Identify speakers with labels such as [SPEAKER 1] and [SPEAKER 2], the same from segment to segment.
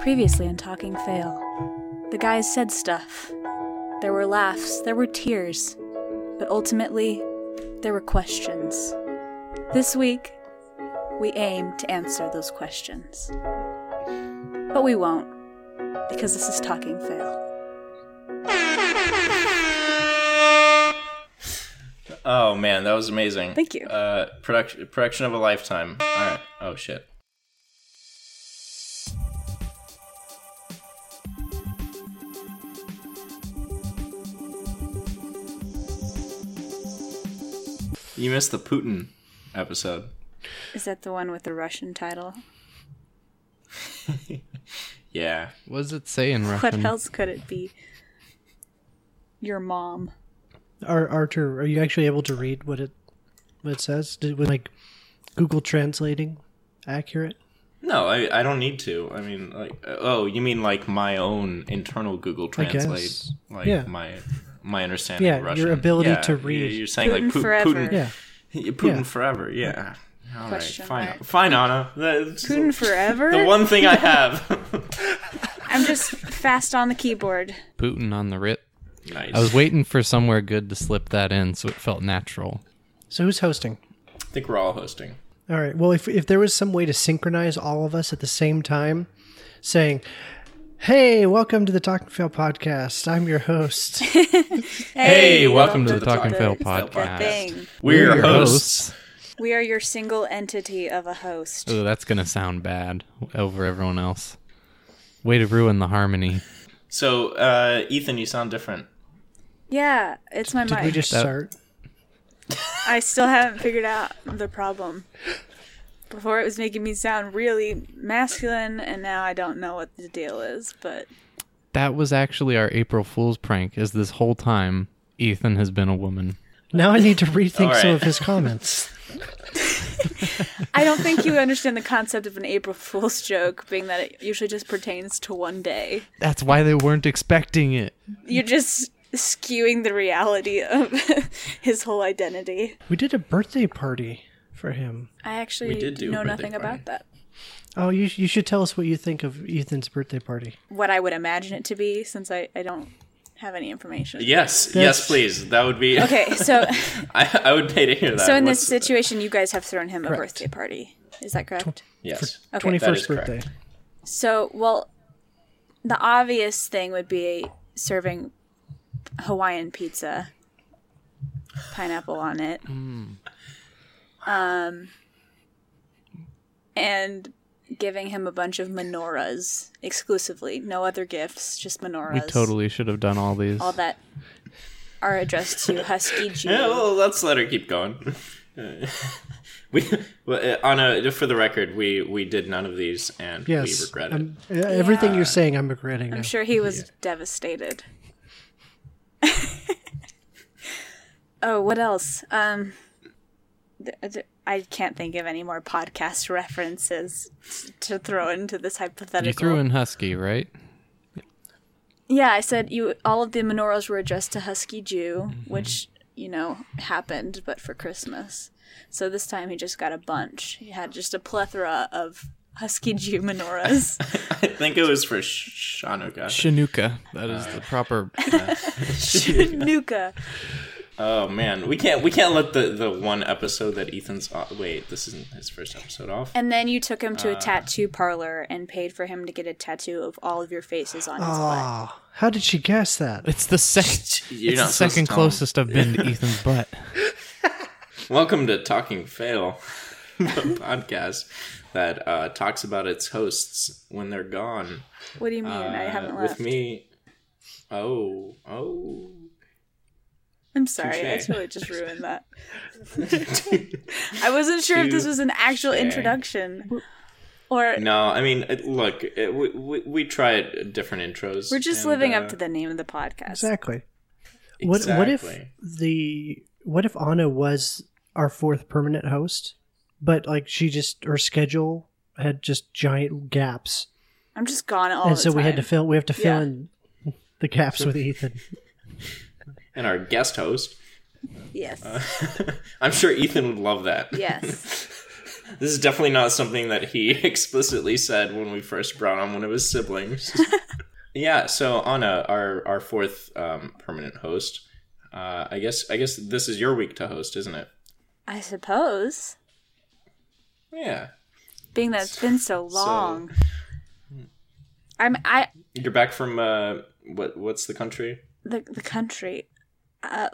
[SPEAKER 1] Previously on Talking Fail, the guys said stuff. There were laughs, there were tears, but ultimately, there were questions. This week, we aim to answer those questions. But we won't, because this is Talking Fail.
[SPEAKER 2] Oh man, that was amazing.
[SPEAKER 1] Thank you.
[SPEAKER 2] Uh, production production of a lifetime. All right. Oh shit. You missed the Putin episode.
[SPEAKER 1] Is that the one with the Russian title?
[SPEAKER 2] Yeah.
[SPEAKER 3] What does it say in
[SPEAKER 1] What
[SPEAKER 3] Russian?
[SPEAKER 1] else could it be? Your mom.
[SPEAKER 4] Ar- Arthur, are you actually able to read what it what it says? Did, was like Google translating accurate?
[SPEAKER 2] No, I, I don't need to. I mean, like, oh, you mean like my own internal Google
[SPEAKER 4] guess.
[SPEAKER 2] Translate, like
[SPEAKER 4] Yeah.
[SPEAKER 2] my my understanding.
[SPEAKER 4] Yeah,
[SPEAKER 2] of
[SPEAKER 4] your
[SPEAKER 2] Russian.
[SPEAKER 4] ability
[SPEAKER 2] Yeah,
[SPEAKER 4] to
[SPEAKER 2] you-
[SPEAKER 4] read.
[SPEAKER 2] You're saying
[SPEAKER 1] Putin
[SPEAKER 2] like Pu-
[SPEAKER 1] forever.
[SPEAKER 2] Putin,
[SPEAKER 4] Yeah.
[SPEAKER 2] yeah, Putin
[SPEAKER 4] Yeah.
[SPEAKER 2] forever. Yeah. All right,
[SPEAKER 1] Question
[SPEAKER 2] fine,
[SPEAKER 1] mark.
[SPEAKER 2] fine, Anna. That's
[SPEAKER 1] Putin forever?
[SPEAKER 2] the one thing I have.
[SPEAKER 1] I'm just fast on the keyboard.
[SPEAKER 3] Putin on the writ.
[SPEAKER 2] nice.
[SPEAKER 3] I was waiting for somewhere good to slip that in so it felt natural.
[SPEAKER 4] So who's hosting?
[SPEAKER 2] I think we're all hosting.
[SPEAKER 4] All right. Well, if if there was some way to synchronize all of us at the same time, saying, "Hey, welcome to the Talking Fail podcast. I'm your host."
[SPEAKER 2] Hey, welcome
[SPEAKER 3] Welcome to
[SPEAKER 2] to
[SPEAKER 3] the Talking Fail podcast.
[SPEAKER 1] Thing.
[SPEAKER 2] We're, your
[SPEAKER 3] your
[SPEAKER 2] hosts.
[SPEAKER 1] We are your single entity of a host.
[SPEAKER 3] Oh, that's gonna sound bad over everyone else. Way to ruin the harmony.
[SPEAKER 2] So, uh, Ethan, you sound different.
[SPEAKER 1] Yeah, it's my
[SPEAKER 4] Did
[SPEAKER 1] mic.
[SPEAKER 4] we just
[SPEAKER 3] That-
[SPEAKER 4] start?
[SPEAKER 1] I still haven't figured out the problem. Before it was making me sound really masculine, and now I don't know what the deal is. But
[SPEAKER 3] That was actually our April Fool's prank. Is this whole time Ethan has been a woman?
[SPEAKER 4] Now I need to rethink
[SPEAKER 2] All right.
[SPEAKER 4] some of his comments.
[SPEAKER 1] I don't think you understand the concept of an April Fool's joke, being that it usually just pertains to one day.
[SPEAKER 3] That's why they weren't expecting it.
[SPEAKER 1] You're just skewing the reality of his whole identity.
[SPEAKER 4] we did a birthday party for him.
[SPEAKER 1] I actually
[SPEAKER 2] We did do a
[SPEAKER 1] know
[SPEAKER 2] birthday
[SPEAKER 1] nothing
[SPEAKER 2] party.
[SPEAKER 1] about that.
[SPEAKER 4] Oh, you sh- you should tell us what you think of Ethan's birthday party.
[SPEAKER 1] What I would imagine it to be, since I, I don't have any information.
[SPEAKER 2] Yes, yes, please. That would be.
[SPEAKER 1] Okay, so
[SPEAKER 2] I, I would pay to hear that.
[SPEAKER 1] so in
[SPEAKER 2] What's-
[SPEAKER 1] this
[SPEAKER 3] uh,
[SPEAKER 1] situation, you guys have thrown him a
[SPEAKER 4] Correct.
[SPEAKER 1] birthday party. Is that correct?
[SPEAKER 2] yes.
[SPEAKER 1] Okay.
[SPEAKER 4] Twenty first
[SPEAKER 2] That is correct.
[SPEAKER 4] birthday.
[SPEAKER 1] So, well, the obvious thing would be serving Hawaiian pizza, pineapple on it. Um,
[SPEAKER 3] Hmm.
[SPEAKER 1] and giving him a bunch of menorahs exclusively. No other gifts, just menorahs.
[SPEAKER 3] We totally should have done all these.
[SPEAKER 1] All that are addressed to Husky Jew.
[SPEAKER 2] Yeah, well, let's let her keep going. we, well, uh, Anna, for the record, we we did none of these, and
[SPEAKER 4] Yes.
[SPEAKER 2] we regret
[SPEAKER 4] Um,
[SPEAKER 2] it.
[SPEAKER 4] e- Everything you're saying, I'm regretting. now.
[SPEAKER 1] I'm sure he was devastated. oh, what else? Um, th- th- I can't think of any more podcast references t- to throw into this hypothetical.
[SPEAKER 3] you threw in Husky, right?
[SPEAKER 1] Yeah, I said you. All of the menorahs were addressed to Husky Jew,
[SPEAKER 3] Mm-hmm.
[SPEAKER 1] which you know happened, but for Christmas. So this time he just got a bunch. He had just a plethora of Husky Jew menorahs.
[SPEAKER 2] I think it was for Sh- Shanuka.
[SPEAKER 3] Shanuka. That is the proper.
[SPEAKER 1] Nuka.
[SPEAKER 2] Oh man, we can't we can't let the the one episode that Ethan's o- wait this isn't his first episode off.
[SPEAKER 1] And then you took him
[SPEAKER 2] Uh,
[SPEAKER 1] to a tattoo parlor and paid for him to get a tattoo of all of your faces on his butt.
[SPEAKER 4] Oh, how did she guess that?
[SPEAKER 3] It's the second.
[SPEAKER 2] You're
[SPEAKER 3] It's
[SPEAKER 2] not
[SPEAKER 3] the
[SPEAKER 2] supposed to
[SPEAKER 3] second
[SPEAKER 2] tell
[SPEAKER 3] closest I've been to Ethan's butt.
[SPEAKER 2] Welcome to Talking Fail, a podcast that uh, talks about its hosts when they're gone.
[SPEAKER 1] What do you mean? I
[SPEAKER 2] Uh,
[SPEAKER 1] haven't
[SPEAKER 2] with
[SPEAKER 1] left.
[SPEAKER 2] me. Oh, oh.
[SPEAKER 1] I'm sorry. I
[SPEAKER 2] Touche.
[SPEAKER 1] totally just ruined that. I wasn't sure if this was an actual
[SPEAKER 2] Touche.
[SPEAKER 1] introduction or
[SPEAKER 2] No, I mean, it- look, it, we, we we tried different intros.
[SPEAKER 1] we're just
[SPEAKER 2] and,
[SPEAKER 1] living
[SPEAKER 2] uh,
[SPEAKER 1] up to the name of the podcast.
[SPEAKER 4] Exactly. What what if
[SPEAKER 2] Exactly.
[SPEAKER 4] the what if Anna was our fourth permanent host, but like she just her schedule had just giant gaps,
[SPEAKER 1] I'm just gone all
[SPEAKER 4] and
[SPEAKER 1] the
[SPEAKER 4] so
[SPEAKER 1] time.
[SPEAKER 4] we had to fill we have to fill
[SPEAKER 1] Yeah.
[SPEAKER 4] in the gaps with Ethan.
[SPEAKER 2] and our guest host.
[SPEAKER 1] Yes.
[SPEAKER 2] Uh. I'm sure Ethan would love that.
[SPEAKER 1] yes.
[SPEAKER 2] This is definitely not something that he explicitly said when we first brought on one of his siblings. yeah, so Anna, our our fourth um, permanent host, uh, I guess I guess this is your week to host, isn't it?
[SPEAKER 1] I suppose.
[SPEAKER 2] Yeah,
[SPEAKER 1] Being that it's been so long. I'm I
[SPEAKER 2] you're back from uh, what what's the country?
[SPEAKER 1] the the country. Uh,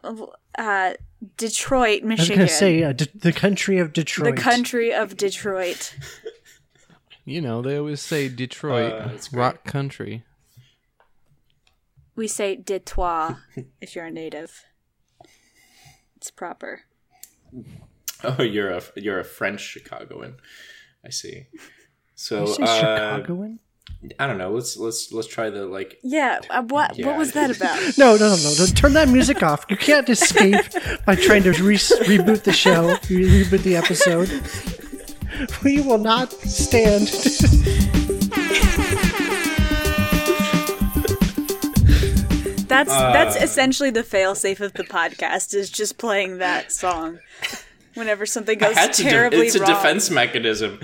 [SPEAKER 1] uh Detroit,
[SPEAKER 4] I was
[SPEAKER 1] Michigan.
[SPEAKER 4] going to say uh, D- the country of
[SPEAKER 1] the
[SPEAKER 4] Detroit.
[SPEAKER 1] country of Detroit.
[SPEAKER 3] You know, they always say Detroit,
[SPEAKER 2] Uh, that's great.
[SPEAKER 3] rock country.
[SPEAKER 1] We say Detroit if you're a native. It's proper.
[SPEAKER 2] Oh, you're a you're a French Chicagoan. I see. So
[SPEAKER 4] You say
[SPEAKER 2] uh,
[SPEAKER 4] Chicagoan?
[SPEAKER 2] I don't know. Let's let's let's try the like.
[SPEAKER 1] Yeah. Uh, what
[SPEAKER 2] Yeah.
[SPEAKER 1] What was that about?
[SPEAKER 4] No, no, no, no. Don't turn that music off. You can't escape by trying to re- reboot the show, re- reboot the episode. We will not stand.
[SPEAKER 1] That's
[SPEAKER 2] Uh,
[SPEAKER 1] that's essentially the failsafe of the podcast is just playing that song. Whenever something goes
[SPEAKER 2] had to de-
[SPEAKER 1] terribly
[SPEAKER 2] it's a
[SPEAKER 1] wrong.
[SPEAKER 2] defense mechanism.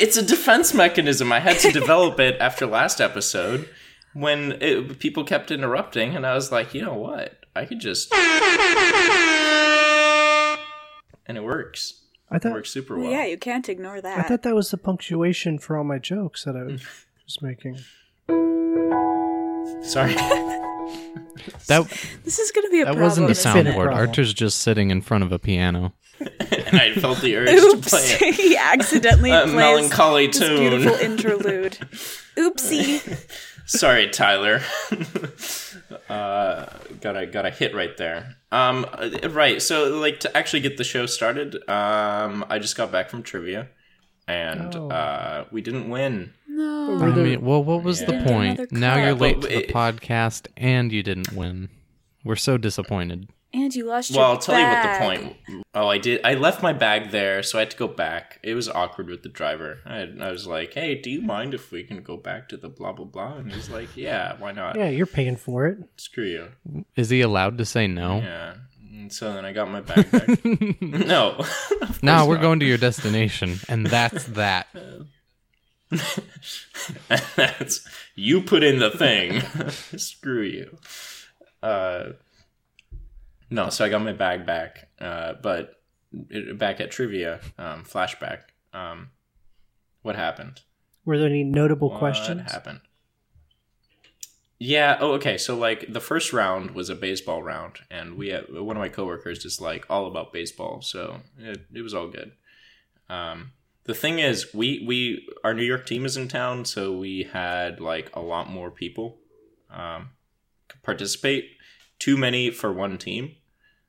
[SPEAKER 2] It's a defense mechanism. I had to develop it after last episode when it, people kept interrupting, and I was like, you know what? I could just. And it works.
[SPEAKER 4] I
[SPEAKER 2] It
[SPEAKER 4] thought
[SPEAKER 2] works super well.
[SPEAKER 1] Well, yeah, you can't ignore
[SPEAKER 4] I
[SPEAKER 1] that.
[SPEAKER 4] thought that was the punctuation for all my jokes that I
[SPEAKER 2] Mm.
[SPEAKER 4] was making.
[SPEAKER 2] Sorry.
[SPEAKER 3] That
[SPEAKER 1] This is going to be a
[SPEAKER 3] that
[SPEAKER 1] problem.
[SPEAKER 3] wasn't the
[SPEAKER 1] isn't
[SPEAKER 4] been a
[SPEAKER 3] soundboard.
[SPEAKER 4] problem.
[SPEAKER 3] Archer's just sitting in front of a piano.
[SPEAKER 2] and I felt the urge
[SPEAKER 1] it?
[SPEAKER 2] to play
[SPEAKER 1] Oops!
[SPEAKER 2] it.
[SPEAKER 1] he accidentally
[SPEAKER 2] A
[SPEAKER 1] plays
[SPEAKER 2] melancholy
[SPEAKER 1] this
[SPEAKER 2] tune.
[SPEAKER 1] beautiful interlude. Oopsie!
[SPEAKER 2] Sorry, Tyler. uh, got a got a hit right there. Um, uh, right. So, like, to actually get the show started, um, I just got back from trivia, and
[SPEAKER 4] Oh.
[SPEAKER 2] uh, we didn't win.
[SPEAKER 1] No.
[SPEAKER 3] I mean, well, what was
[SPEAKER 2] Yeah.
[SPEAKER 3] the point?
[SPEAKER 1] Another
[SPEAKER 3] Now
[SPEAKER 1] cup.
[SPEAKER 3] you're late
[SPEAKER 2] But
[SPEAKER 3] to the
[SPEAKER 2] it-
[SPEAKER 3] podcast and you didn't win. We're so disappointed.
[SPEAKER 1] And you lost your
[SPEAKER 2] Well, I'll tell
[SPEAKER 1] bag.
[SPEAKER 2] you what the point. Oh, I did. I left my bag there, so I had to go back. It was awkward with the driver. I, I was like, "Hey, do you mind if we can go back to the blah blah blah?" And he's like, "Yeah, why not?
[SPEAKER 4] Yeah, you're paying for it.
[SPEAKER 2] Screw you."
[SPEAKER 3] Is he allowed to say no?
[SPEAKER 2] Yeah. And so then I got my bag back. no.
[SPEAKER 3] Now we're going to your destination, and that's that.
[SPEAKER 2] That's you put in the thing. Screw you. Uh, no, so I got my bag back, uh, but it, back at trivia, um, flashback. Um, what happened?
[SPEAKER 4] Were there any notable
[SPEAKER 2] What
[SPEAKER 4] questions?
[SPEAKER 2] happened? Yeah. Oh, okay. So like the first round was a baseball round, and we had, one of my coworkers is like all about baseball, so it, it was all good. Um, the thing is, we we our New York team is in town, so we had like a lot more people um, participate. Too many for one team,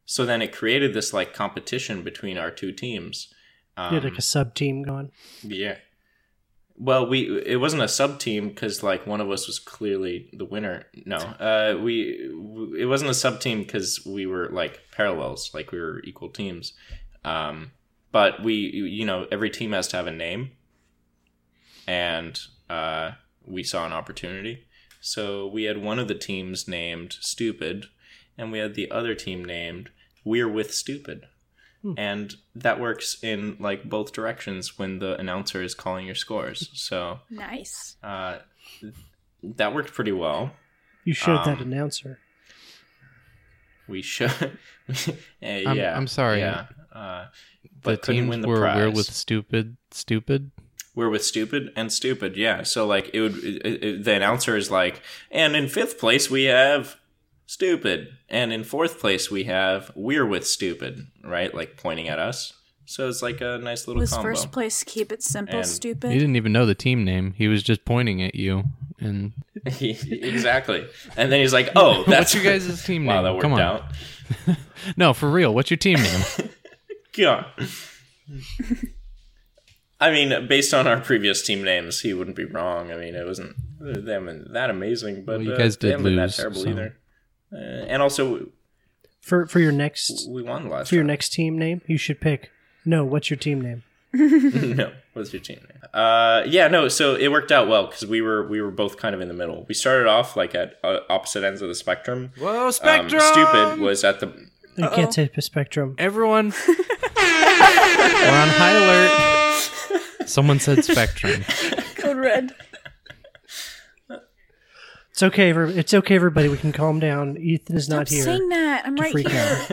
[SPEAKER 2] so then it created this like competition between our two teams. Um,
[SPEAKER 4] You had like a sub team going.
[SPEAKER 2] yeah. Well, we it wasn't a sub team because like one of us was clearly the winner. No, uh, we it wasn't a sub team because we were like parallels, like we were equal teams. Um, but we, you know, every team has to have a name, and uh, we saw an opportunity. So we had one of the teams named Stupid, and we had the other team named We're with Stupid. And that works in like both directions when the announcer is calling your scores. So
[SPEAKER 1] Nice.
[SPEAKER 2] uh, that worked pretty well.
[SPEAKER 4] You showed that
[SPEAKER 2] Um,
[SPEAKER 4] announcer.
[SPEAKER 2] We should, Eh,
[SPEAKER 3] I'm-
[SPEAKER 2] yeah.
[SPEAKER 3] I'm sorry.
[SPEAKER 2] Yeah, uh,
[SPEAKER 3] The
[SPEAKER 2] But couldn't
[SPEAKER 3] teams
[SPEAKER 2] win the
[SPEAKER 3] were we're
[SPEAKER 2] prize.
[SPEAKER 3] with stupid, stupid.
[SPEAKER 2] we're with stupid and stupid. Yeah. So like it would it, it, the announcer is like, and in fifth place we have stupid, and in fourth place we have we're with stupid, right? Like pointing at us. So it's like a nice little
[SPEAKER 1] Was
[SPEAKER 2] combo.
[SPEAKER 1] first place keep it simple,
[SPEAKER 2] And-
[SPEAKER 3] He
[SPEAKER 1] stupid?
[SPEAKER 3] didn't even know the team name. He was just pointing at you. And
[SPEAKER 2] exactly. And then he's like, oh, that's
[SPEAKER 3] what's your guys' team name?
[SPEAKER 2] Wow, that worked
[SPEAKER 3] Come on.
[SPEAKER 2] out.
[SPEAKER 3] No, for real. What's your team name?
[SPEAKER 2] Yeah. I mean, based on our previous team names, he wouldn't be wrong. I mean, it wasn't them that amazing, but
[SPEAKER 3] Well, you
[SPEAKER 2] uh,
[SPEAKER 3] guys
[SPEAKER 2] they
[SPEAKER 3] did
[SPEAKER 2] haven't been
[SPEAKER 3] lose,
[SPEAKER 2] that terrible
[SPEAKER 3] so.
[SPEAKER 2] either. Uh, and also,
[SPEAKER 4] For for your next
[SPEAKER 2] we won last.
[SPEAKER 4] for your
[SPEAKER 2] round.
[SPEAKER 4] next team name, you should pick. No, what's your team name?
[SPEAKER 2] no, what's your team name? Uh, yeah, no. So it worked out well because we were we were both kind of in the middle. We started off like at uh, opposite ends of the spectrum.
[SPEAKER 3] Whoa,
[SPEAKER 2] Um, stupid was at the
[SPEAKER 4] You can't say spectrum.
[SPEAKER 3] Everyone, we're on high alert. Someone said Spectrum.
[SPEAKER 1] Code red.
[SPEAKER 4] It's okay. every- It's okay, everybody. We can calm down. Ethan is
[SPEAKER 1] Stop
[SPEAKER 4] not here.
[SPEAKER 1] saying that. I'm right
[SPEAKER 4] freak
[SPEAKER 1] here.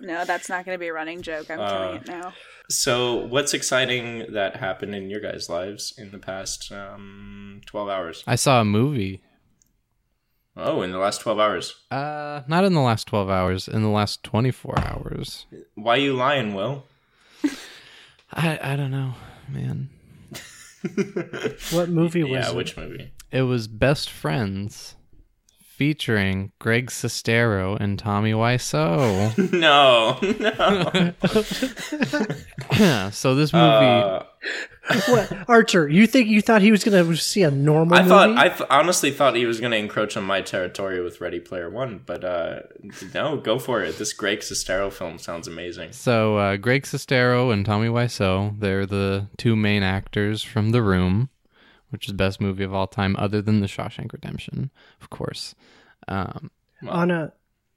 [SPEAKER 1] No, that's not going to be a running joke. I'm
[SPEAKER 2] Uh,
[SPEAKER 1] killing it now.
[SPEAKER 2] So, what's exciting that happened in your guys' lives in the past um, 12 hours?
[SPEAKER 3] I saw a movie.
[SPEAKER 2] Oh, in the last 12 hours.
[SPEAKER 3] Uh, not in the last 12 hours, in the last 24 hours.
[SPEAKER 2] Why you lying, Will?
[SPEAKER 3] I, I don't know, man.
[SPEAKER 4] What movie was
[SPEAKER 2] yeah,
[SPEAKER 4] it?
[SPEAKER 2] which movie?
[SPEAKER 3] It was Best Friends featuring Greg Sestero and Tommy Wiseau.
[SPEAKER 2] No, no.
[SPEAKER 3] so this movie,
[SPEAKER 2] Uh,
[SPEAKER 4] What? Archer? You think you thought he was gonna see a normal?
[SPEAKER 2] I
[SPEAKER 4] movie?
[SPEAKER 2] thought I th- honestly thought he was going to encroach on my territory with Ready Player One, but uh, no, go for it. This Greg Sestero film sounds amazing.
[SPEAKER 3] so uh, Greg Sestero and Tommy Wiseau, they're the two main actors from The Room, which is best movie of all time, other than The Shawshank Redemption, of course. Um,
[SPEAKER 4] Anna,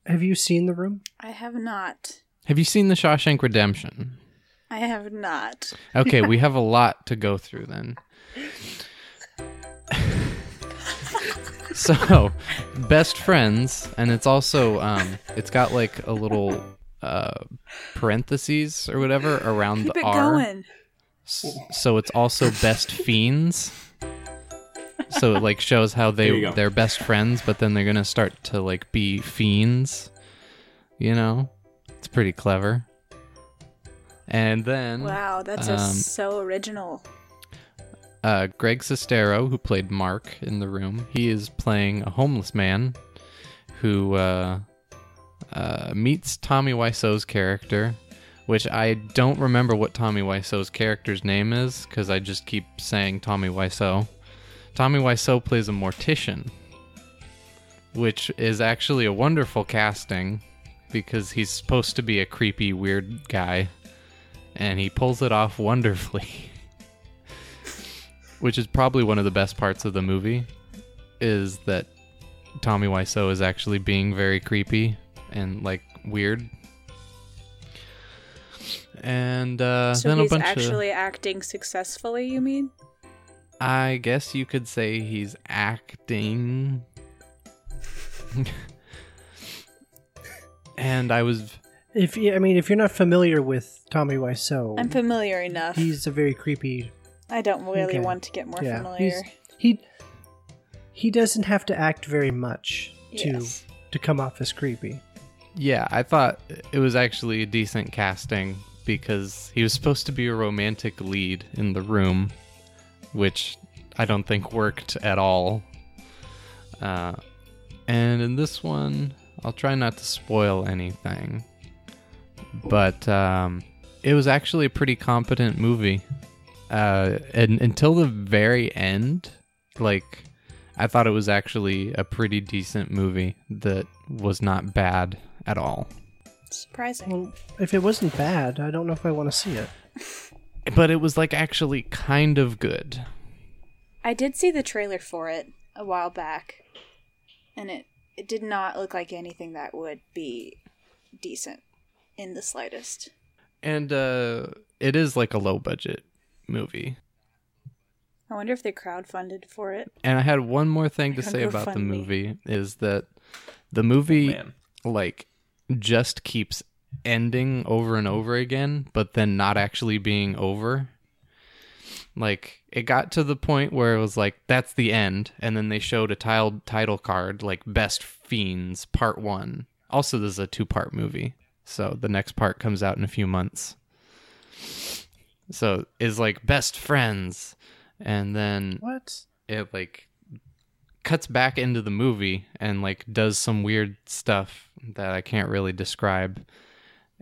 [SPEAKER 4] have you seen the room?
[SPEAKER 1] I have not.
[SPEAKER 3] have you seen The Shawshank Redemption?
[SPEAKER 1] I have not.
[SPEAKER 3] Okay, we have a lot to go through then. so, best friends, and it's also um, it's got like a little uh, parentheses or whatever around
[SPEAKER 1] Keep
[SPEAKER 3] the
[SPEAKER 1] it
[SPEAKER 3] R.
[SPEAKER 1] going.
[SPEAKER 3] S- So it's also best fiends. So it like shows how
[SPEAKER 2] There
[SPEAKER 3] they
[SPEAKER 2] you go.
[SPEAKER 3] they're best friends, but then they're gonna start to like be fiends. You know, it's pretty clever. And then
[SPEAKER 1] Wow, that's just
[SPEAKER 3] Um,
[SPEAKER 1] so original.
[SPEAKER 3] uh, Greg Sestero, who played Mark in the room, he is playing a homeless man who uh, uh, meets Tommy Wiseau's character, which I don't remember what Tommy Wiseau's character's name is because I just keep saying Tommy Wiseau. Tommy Wiseau plays a mortician, which is actually a wonderful casting because he's supposed to be a creepy, weird guy, and he pulls it off wonderfully. which is probably one of the best parts of the movie, is that Tommy Wiseau is actually being very creepy and like weird. And uh,
[SPEAKER 1] so
[SPEAKER 3] then
[SPEAKER 1] he's
[SPEAKER 3] a bunch of
[SPEAKER 1] actually acting successfully, you mean?
[SPEAKER 3] I guess you could say he's acting. and I was
[SPEAKER 4] If you, I mean, if you're not familiar with Tommy Wiseau,
[SPEAKER 1] I'm familiar enough.
[SPEAKER 4] Oh. he's a very creepy.
[SPEAKER 1] I don't really
[SPEAKER 4] okay.
[SPEAKER 1] want to get more
[SPEAKER 4] yeah,
[SPEAKER 1] familiar.
[SPEAKER 4] he's- he he doesn't have to act very much to
[SPEAKER 1] Yes.
[SPEAKER 4] to come off as creepy.
[SPEAKER 3] yeah, I thought it was actually a decent casting because he was supposed to be a romantic lead in the room, which I don't think worked at all. Uh, and in this one, I'll try not to spoil anything, but um, it was actually a pretty competent movie. Uh, and until the very end, like I thought it was actually a pretty decent movie that was not bad at all.
[SPEAKER 1] Surprising.
[SPEAKER 4] Well, if it wasn't bad, I don't know if I want to see it.
[SPEAKER 3] But it was like actually kind of good.
[SPEAKER 1] I did see the trailer for it a while back, and it it did not look like anything that would be decent in the slightest.
[SPEAKER 3] And uh it is like a low budget movie.
[SPEAKER 1] I wonder if they crowdfunded for it.
[SPEAKER 3] And I had Oh, one more thing to
[SPEAKER 1] Go
[SPEAKER 3] say about the
[SPEAKER 1] fund me.
[SPEAKER 3] movie is that the movie
[SPEAKER 2] Man.
[SPEAKER 3] like just keeps ending over and over again, but then not actually being over. Like it got to the point where it was like that's the end, and then they showed a tiled title card like Best Fiends Part One. Also, this is a two-part movie, so the next part comes out in a few months. So is like Best Friends, and then
[SPEAKER 4] What?
[SPEAKER 3] it like cuts back into the movie and like does some weird stuff that I can't really describe.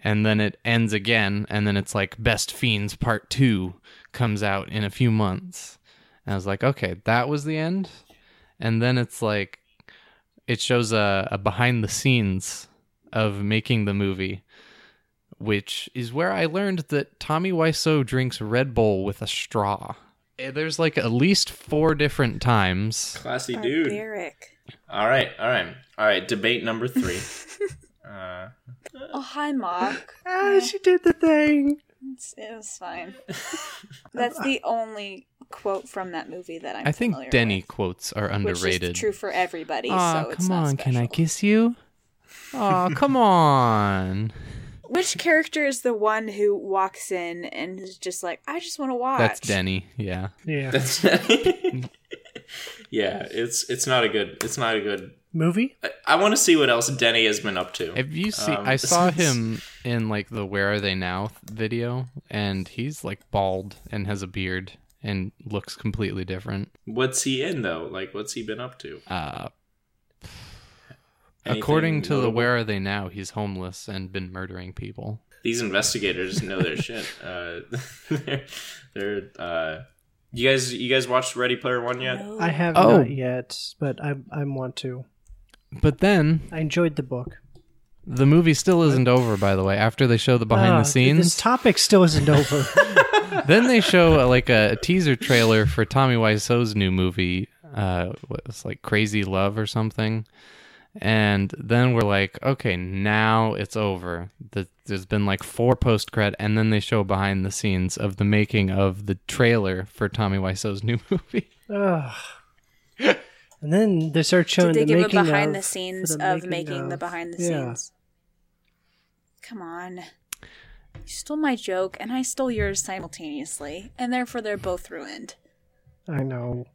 [SPEAKER 3] And then it ends again and then it's like Best Fiends Part 2 comes out in a few months. And I was like, okay, that was the end. And then it's like it shows a, a behind the scenes of making the movie, which is where I learned that Tommy Wiseau drinks Red Bull with a straw. Eh, There's like at least four different times.
[SPEAKER 2] Classy dude.
[SPEAKER 1] Barbaric.
[SPEAKER 2] All right, all right, all right. Debate number three. uh,
[SPEAKER 1] Oh hi, Mock.
[SPEAKER 3] Ah,
[SPEAKER 4] Ah, she did the thing.
[SPEAKER 1] It's, it was fine. That's the only quote from that movie that I'm.
[SPEAKER 3] I think
[SPEAKER 1] familiar
[SPEAKER 3] Denny
[SPEAKER 1] with,
[SPEAKER 3] quotes are
[SPEAKER 1] which is
[SPEAKER 3] underrated.
[SPEAKER 1] true for everybody.
[SPEAKER 3] Aw,
[SPEAKER 1] so it's
[SPEAKER 3] come
[SPEAKER 1] not
[SPEAKER 3] on, can I
[SPEAKER 1] special.
[SPEAKER 3] kiss you? Oh, come on.
[SPEAKER 1] Which character is the one who walks in and is just like, I just want to watch?
[SPEAKER 3] That's Denny. Yeah.
[SPEAKER 4] Yeah.
[SPEAKER 2] That's yeah. It's it's not a good. It's not a good.
[SPEAKER 4] Movie?
[SPEAKER 2] I, I want to see what else Denny has been up to.
[SPEAKER 3] Have you seen?
[SPEAKER 2] Um,
[SPEAKER 3] I saw him in like the "Where Are They Now" th- video, and he's like bald and has a beard and looks completely different.
[SPEAKER 2] What's he in though? Like, what's he been up to?
[SPEAKER 3] Uh,
[SPEAKER 2] Anything
[SPEAKER 3] according to the
[SPEAKER 2] notable?
[SPEAKER 3] "Where Are They Now," he's homeless and been murdering people.
[SPEAKER 2] these investigators know their shit. Uh, they're, they're uh, you guys. You guys watched Ready Player One yet?
[SPEAKER 1] No.
[SPEAKER 4] I have
[SPEAKER 3] Oh.
[SPEAKER 4] not yet, but I I want to.
[SPEAKER 3] But then
[SPEAKER 4] I enjoyed the book.
[SPEAKER 3] the movie still isn't over. By the way, after they show the behind
[SPEAKER 4] Ah,
[SPEAKER 3] the
[SPEAKER 4] This
[SPEAKER 3] scenes,
[SPEAKER 4] topic still isn't over.
[SPEAKER 3] then they show uh, like a, teaser trailer for Tommy Wiseau's new movie. Uh, what was like Crazy Love or something. And then we're like, okay, now it's over. The, there's been like four post cred, and then they show behind the scenes of the making of the trailer for Tommy Wiseau's new movie.
[SPEAKER 4] Ugh. And then they start showing
[SPEAKER 1] Did they
[SPEAKER 4] the
[SPEAKER 1] give a
[SPEAKER 4] making
[SPEAKER 1] behind
[SPEAKER 4] of,
[SPEAKER 1] the scenes
[SPEAKER 4] for the
[SPEAKER 1] of making the
[SPEAKER 4] of.
[SPEAKER 1] behind the
[SPEAKER 4] Yeah.
[SPEAKER 1] scenes? Come on. You stole my joke and I stole yours simultaneously, and therefore they're both ruined.
[SPEAKER 4] I know.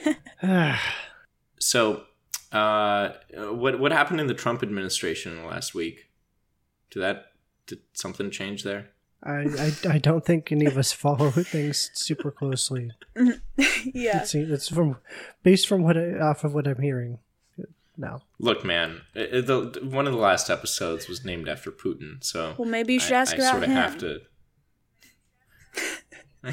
[SPEAKER 4] Ugh.
[SPEAKER 2] So, uh, what what happened in the Trump administration last week? Did that did something change there?
[SPEAKER 4] I, I I don't think any of us follow things super closely.
[SPEAKER 1] yeah.
[SPEAKER 4] It's, it's from based from what I, off of what I'm hearing. No,
[SPEAKER 2] Look, man, it, it- the, one of the last episodes was named after Putin, so
[SPEAKER 1] Well, maybe you should
[SPEAKER 2] I,
[SPEAKER 1] ask
[SPEAKER 2] I
[SPEAKER 1] about
[SPEAKER 2] sort of
[SPEAKER 1] him.
[SPEAKER 2] have to.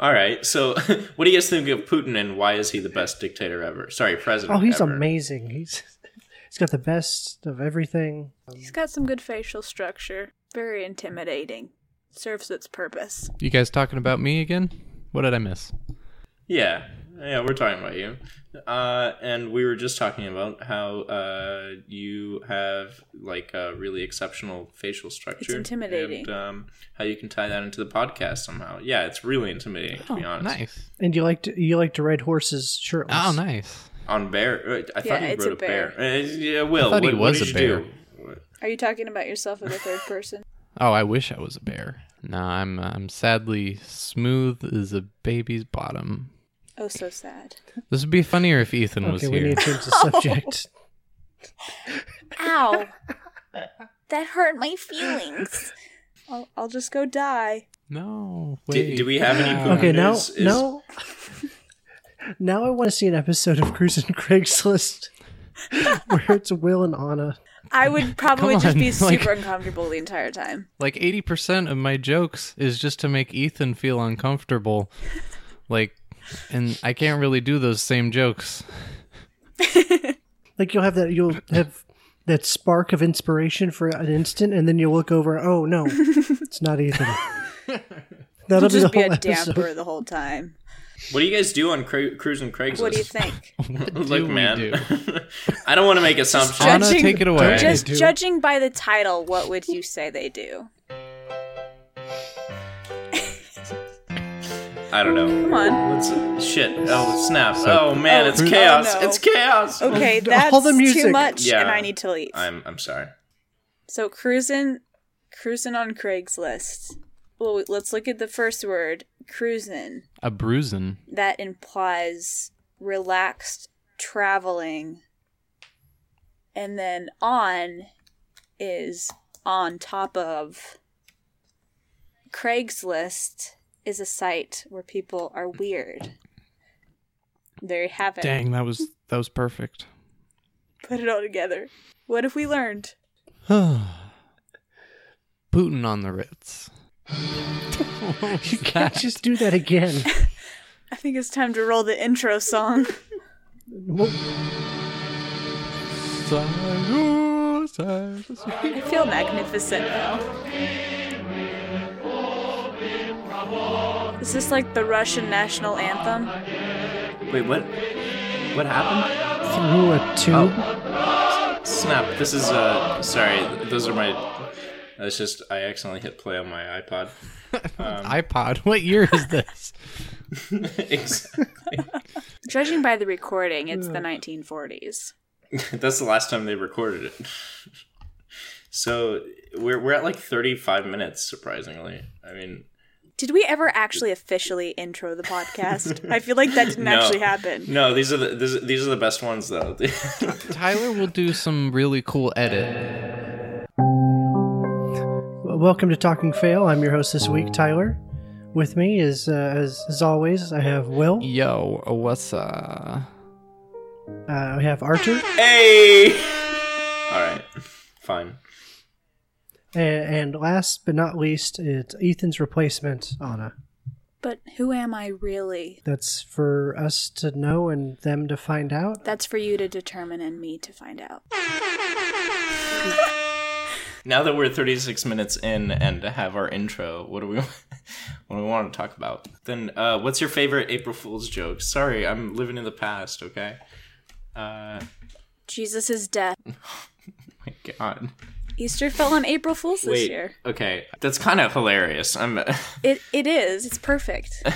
[SPEAKER 2] All right, so what do you guys think of Putin, and why is he the best dictator ever? Sorry, president.
[SPEAKER 4] oh, he's
[SPEAKER 2] ever.
[SPEAKER 4] amazing. He's he's got the best of everything.
[SPEAKER 1] He's got some good facial structure. Very intimidating. Serves its purpose.
[SPEAKER 3] You guys talking about me again? What did I miss?
[SPEAKER 2] Yeah, yeah, we're talking about you. Uh, and we were just talking about how uh, you have like a really exceptional facial structure.
[SPEAKER 1] intimidating.
[SPEAKER 2] And, um, how you can tie that into the podcast somehow. Yeah, it's really intimidating to
[SPEAKER 4] Oh,
[SPEAKER 2] be honest.
[SPEAKER 3] nice.
[SPEAKER 4] And you like to you like to ride horses shirtless.
[SPEAKER 3] Oh, nice.
[SPEAKER 2] On bear, I
[SPEAKER 1] Yeah,
[SPEAKER 2] thought you
[SPEAKER 1] it's
[SPEAKER 2] rode
[SPEAKER 1] a
[SPEAKER 2] a bear. Uh, yeah, Will,
[SPEAKER 3] I thought he
[SPEAKER 2] what, what
[SPEAKER 3] was
[SPEAKER 2] did
[SPEAKER 3] a
[SPEAKER 2] you
[SPEAKER 3] bear.
[SPEAKER 2] do?
[SPEAKER 1] Are you talking about yourself in the third person?
[SPEAKER 3] Oh, I wish I was a bear. No, I'm uh, I'm sadly smooth as a baby's bottom.
[SPEAKER 1] Oh, so sad.
[SPEAKER 3] This would be funnier if Ethan was
[SPEAKER 4] Okay, we
[SPEAKER 3] here.
[SPEAKER 4] need to change the subject.
[SPEAKER 1] Ow! that hurt my feelings. I'll, I'll just go die.
[SPEAKER 3] No, wait. Ah.
[SPEAKER 2] Do, do we have any?
[SPEAKER 4] Okay,
[SPEAKER 2] Putin
[SPEAKER 4] now
[SPEAKER 2] Uh, is- is-
[SPEAKER 4] now now I want to see an episode of Cruise and Craigslist where it's Will and Anna.
[SPEAKER 1] I would probably
[SPEAKER 3] Come
[SPEAKER 1] just be
[SPEAKER 3] on, like-
[SPEAKER 1] super uncomfortable the entire time.
[SPEAKER 3] Like 80% of my jokes is just to make Ethan feel uncomfortable. Like, and I can't really do those same jokes.
[SPEAKER 4] Like you'll have that you'll have that spark of inspiration for an instant, and then you'll look over. Oh no, it's not Ethan. That'll
[SPEAKER 1] It'll
[SPEAKER 4] be the
[SPEAKER 1] just be
[SPEAKER 4] whole
[SPEAKER 1] a
[SPEAKER 4] episode.
[SPEAKER 1] damper the whole time.
[SPEAKER 2] What do you guys do on cra- cruise and Craigslist?
[SPEAKER 1] What do you think?
[SPEAKER 2] Look,
[SPEAKER 3] we
[SPEAKER 2] man,
[SPEAKER 3] do?
[SPEAKER 2] I don't want to make assumptions.
[SPEAKER 3] Anna,
[SPEAKER 1] Judging-
[SPEAKER 3] take it away.
[SPEAKER 4] Judge-
[SPEAKER 1] Just
[SPEAKER 4] do.
[SPEAKER 1] judging by the title, what would you say they do?
[SPEAKER 2] I don't know.
[SPEAKER 1] Come on.
[SPEAKER 2] Let's shit. Oh snap.
[SPEAKER 3] So-
[SPEAKER 2] oh man,
[SPEAKER 1] Oh,
[SPEAKER 2] it's
[SPEAKER 1] oh,
[SPEAKER 2] chaos.
[SPEAKER 1] no.
[SPEAKER 2] It's chaos.
[SPEAKER 1] Okay,
[SPEAKER 4] the
[SPEAKER 1] that's too
[SPEAKER 4] music.
[SPEAKER 1] much,
[SPEAKER 2] Yeah.
[SPEAKER 1] and I need to leave.
[SPEAKER 2] I'm I'm sorry.
[SPEAKER 1] So cruising, cruising on Craigslist. Well, let's look at the first word, cruising.
[SPEAKER 3] A bruisin'.
[SPEAKER 1] That implies relaxed traveling, and then on is on top of. Craigslist is a site where people are weird. There you have it.
[SPEAKER 3] Dang, that was that was perfect.
[SPEAKER 1] Put it all together. What have we learned?
[SPEAKER 3] Putin on the Ritz.
[SPEAKER 4] You can't just do that again.
[SPEAKER 1] I think it's time to roll the intro song.
[SPEAKER 4] Well,
[SPEAKER 1] I feel magnificent now. Is this like the Russian national anthem?
[SPEAKER 2] Wait, what? What happened? Oh.
[SPEAKER 4] through a tube.
[SPEAKER 2] Snap. This is uh. Sorry, th- those are my It's just I accidentally hit play on my iPod.
[SPEAKER 3] iPod. What year is this?
[SPEAKER 2] exactly.
[SPEAKER 1] Judging by the recording, it's the 1940s.
[SPEAKER 2] That's the last time they recorded it. so we're we're at like 35 minutes. Surprisingly, I mean,
[SPEAKER 1] Did we ever actually officially intro the podcast? I feel like that didn't
[SPEAKER 2] No.
[SPEAKER 1] actually happen.
[SPEAKER 2] no. These are the these, these are the best ones though.
[SPEAKER 3] Tyler will do some really cool edit.
[SPEAKER 4] Well, Welcome to Talking Fail. I'm your host this week, Tyler. With me is, uh, as, as always, I have Will,
[SPEAKER 3] Yo, what's uh?
[SPEAKER 4] uh, we have Archer,
[SPEAKER 2] hey. All right. Fine.
[SPEAKER 4] and, and last but not least, it's Ethan's replacement, Anna.
[SPEAKER 1] But who am I really?
[SPEAKER 4] That's for us to know and them to find out.
[SPEAKER 1] That's for you to determine and me to find out.
[SPEAKER 2] Now that we're 36 minutes in and have our intro, what do we what do we want to talk about? Then uh, what's your favorite April Fool's joke? Sorry, I'm living in the past, okay? Uh
[SPEAKER 1] Jesus' death.
[SPEAKER 2] my god.
[SPEAKER 1] Easter fell on April Fool's this
[SPEAKER 2] Wait.
[SPEAKER 1] year.
[SPEAKER 2] Okay. That's kind of hilarious. I'm
[SPEAKER 1] It it is. It's perfect.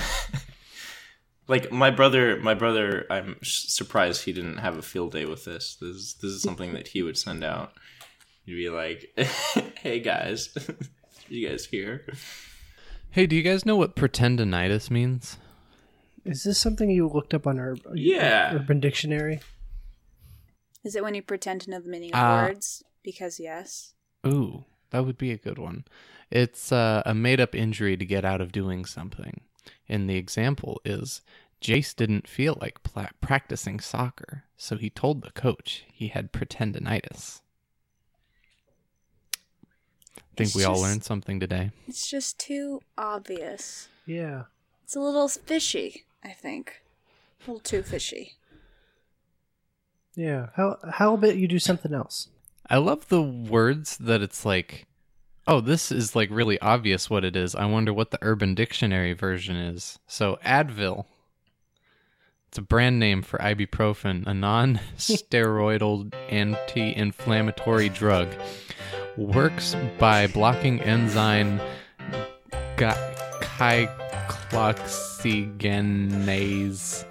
[SPEAKER 2] like my brother my brother I'm s- surprised he didn't have a field day with this. This is, this is something that he would send out. He'd be like, "Hey guys, you guys here?"
[SPEAKER 3] Hey, do you guys know what pretendinitis means?
[SPEAKER 4] Is this something you looked up on our
[SPEAKER 2] Yeah.
[SPEAKER 4] Urban Dictionary?
[SPEAKER 1] Is it when you pretend to know the meaning of
[SPEAKER 3] Uh,
[SPEAKER 1] words? Because yes.
[SPEAKER 3] Ooh, that would be a good one. It's uh, a made up injury to get out of doing something. And the example is Jace didn't feel like pla- practicing soccer, so he told the coach he had pretendinitis. I think
[SPEAKER 1] It's
[SPEAKER 3] we all
[SPEAKER 1] just-
[SPEAKER 3] learned something today.
[SPEAKER 1] It's just too obvious.
[SPEAKER 4] Yeah.
[SPEAKER 1] It's a little fishy, I think. A little too fishy.
[SPEAKER 4] Yeah. How how about you do something else?
[SPEAKER 3] I love the words that it's like, oh, this is like really obvious what it is. I wonder what the Urban Dictionary version is. So, Advil. It's a brand name for ibuprofen, a non steroidal anti inflammatory drug. Works by blocking enzyme ga- kycloxygenase,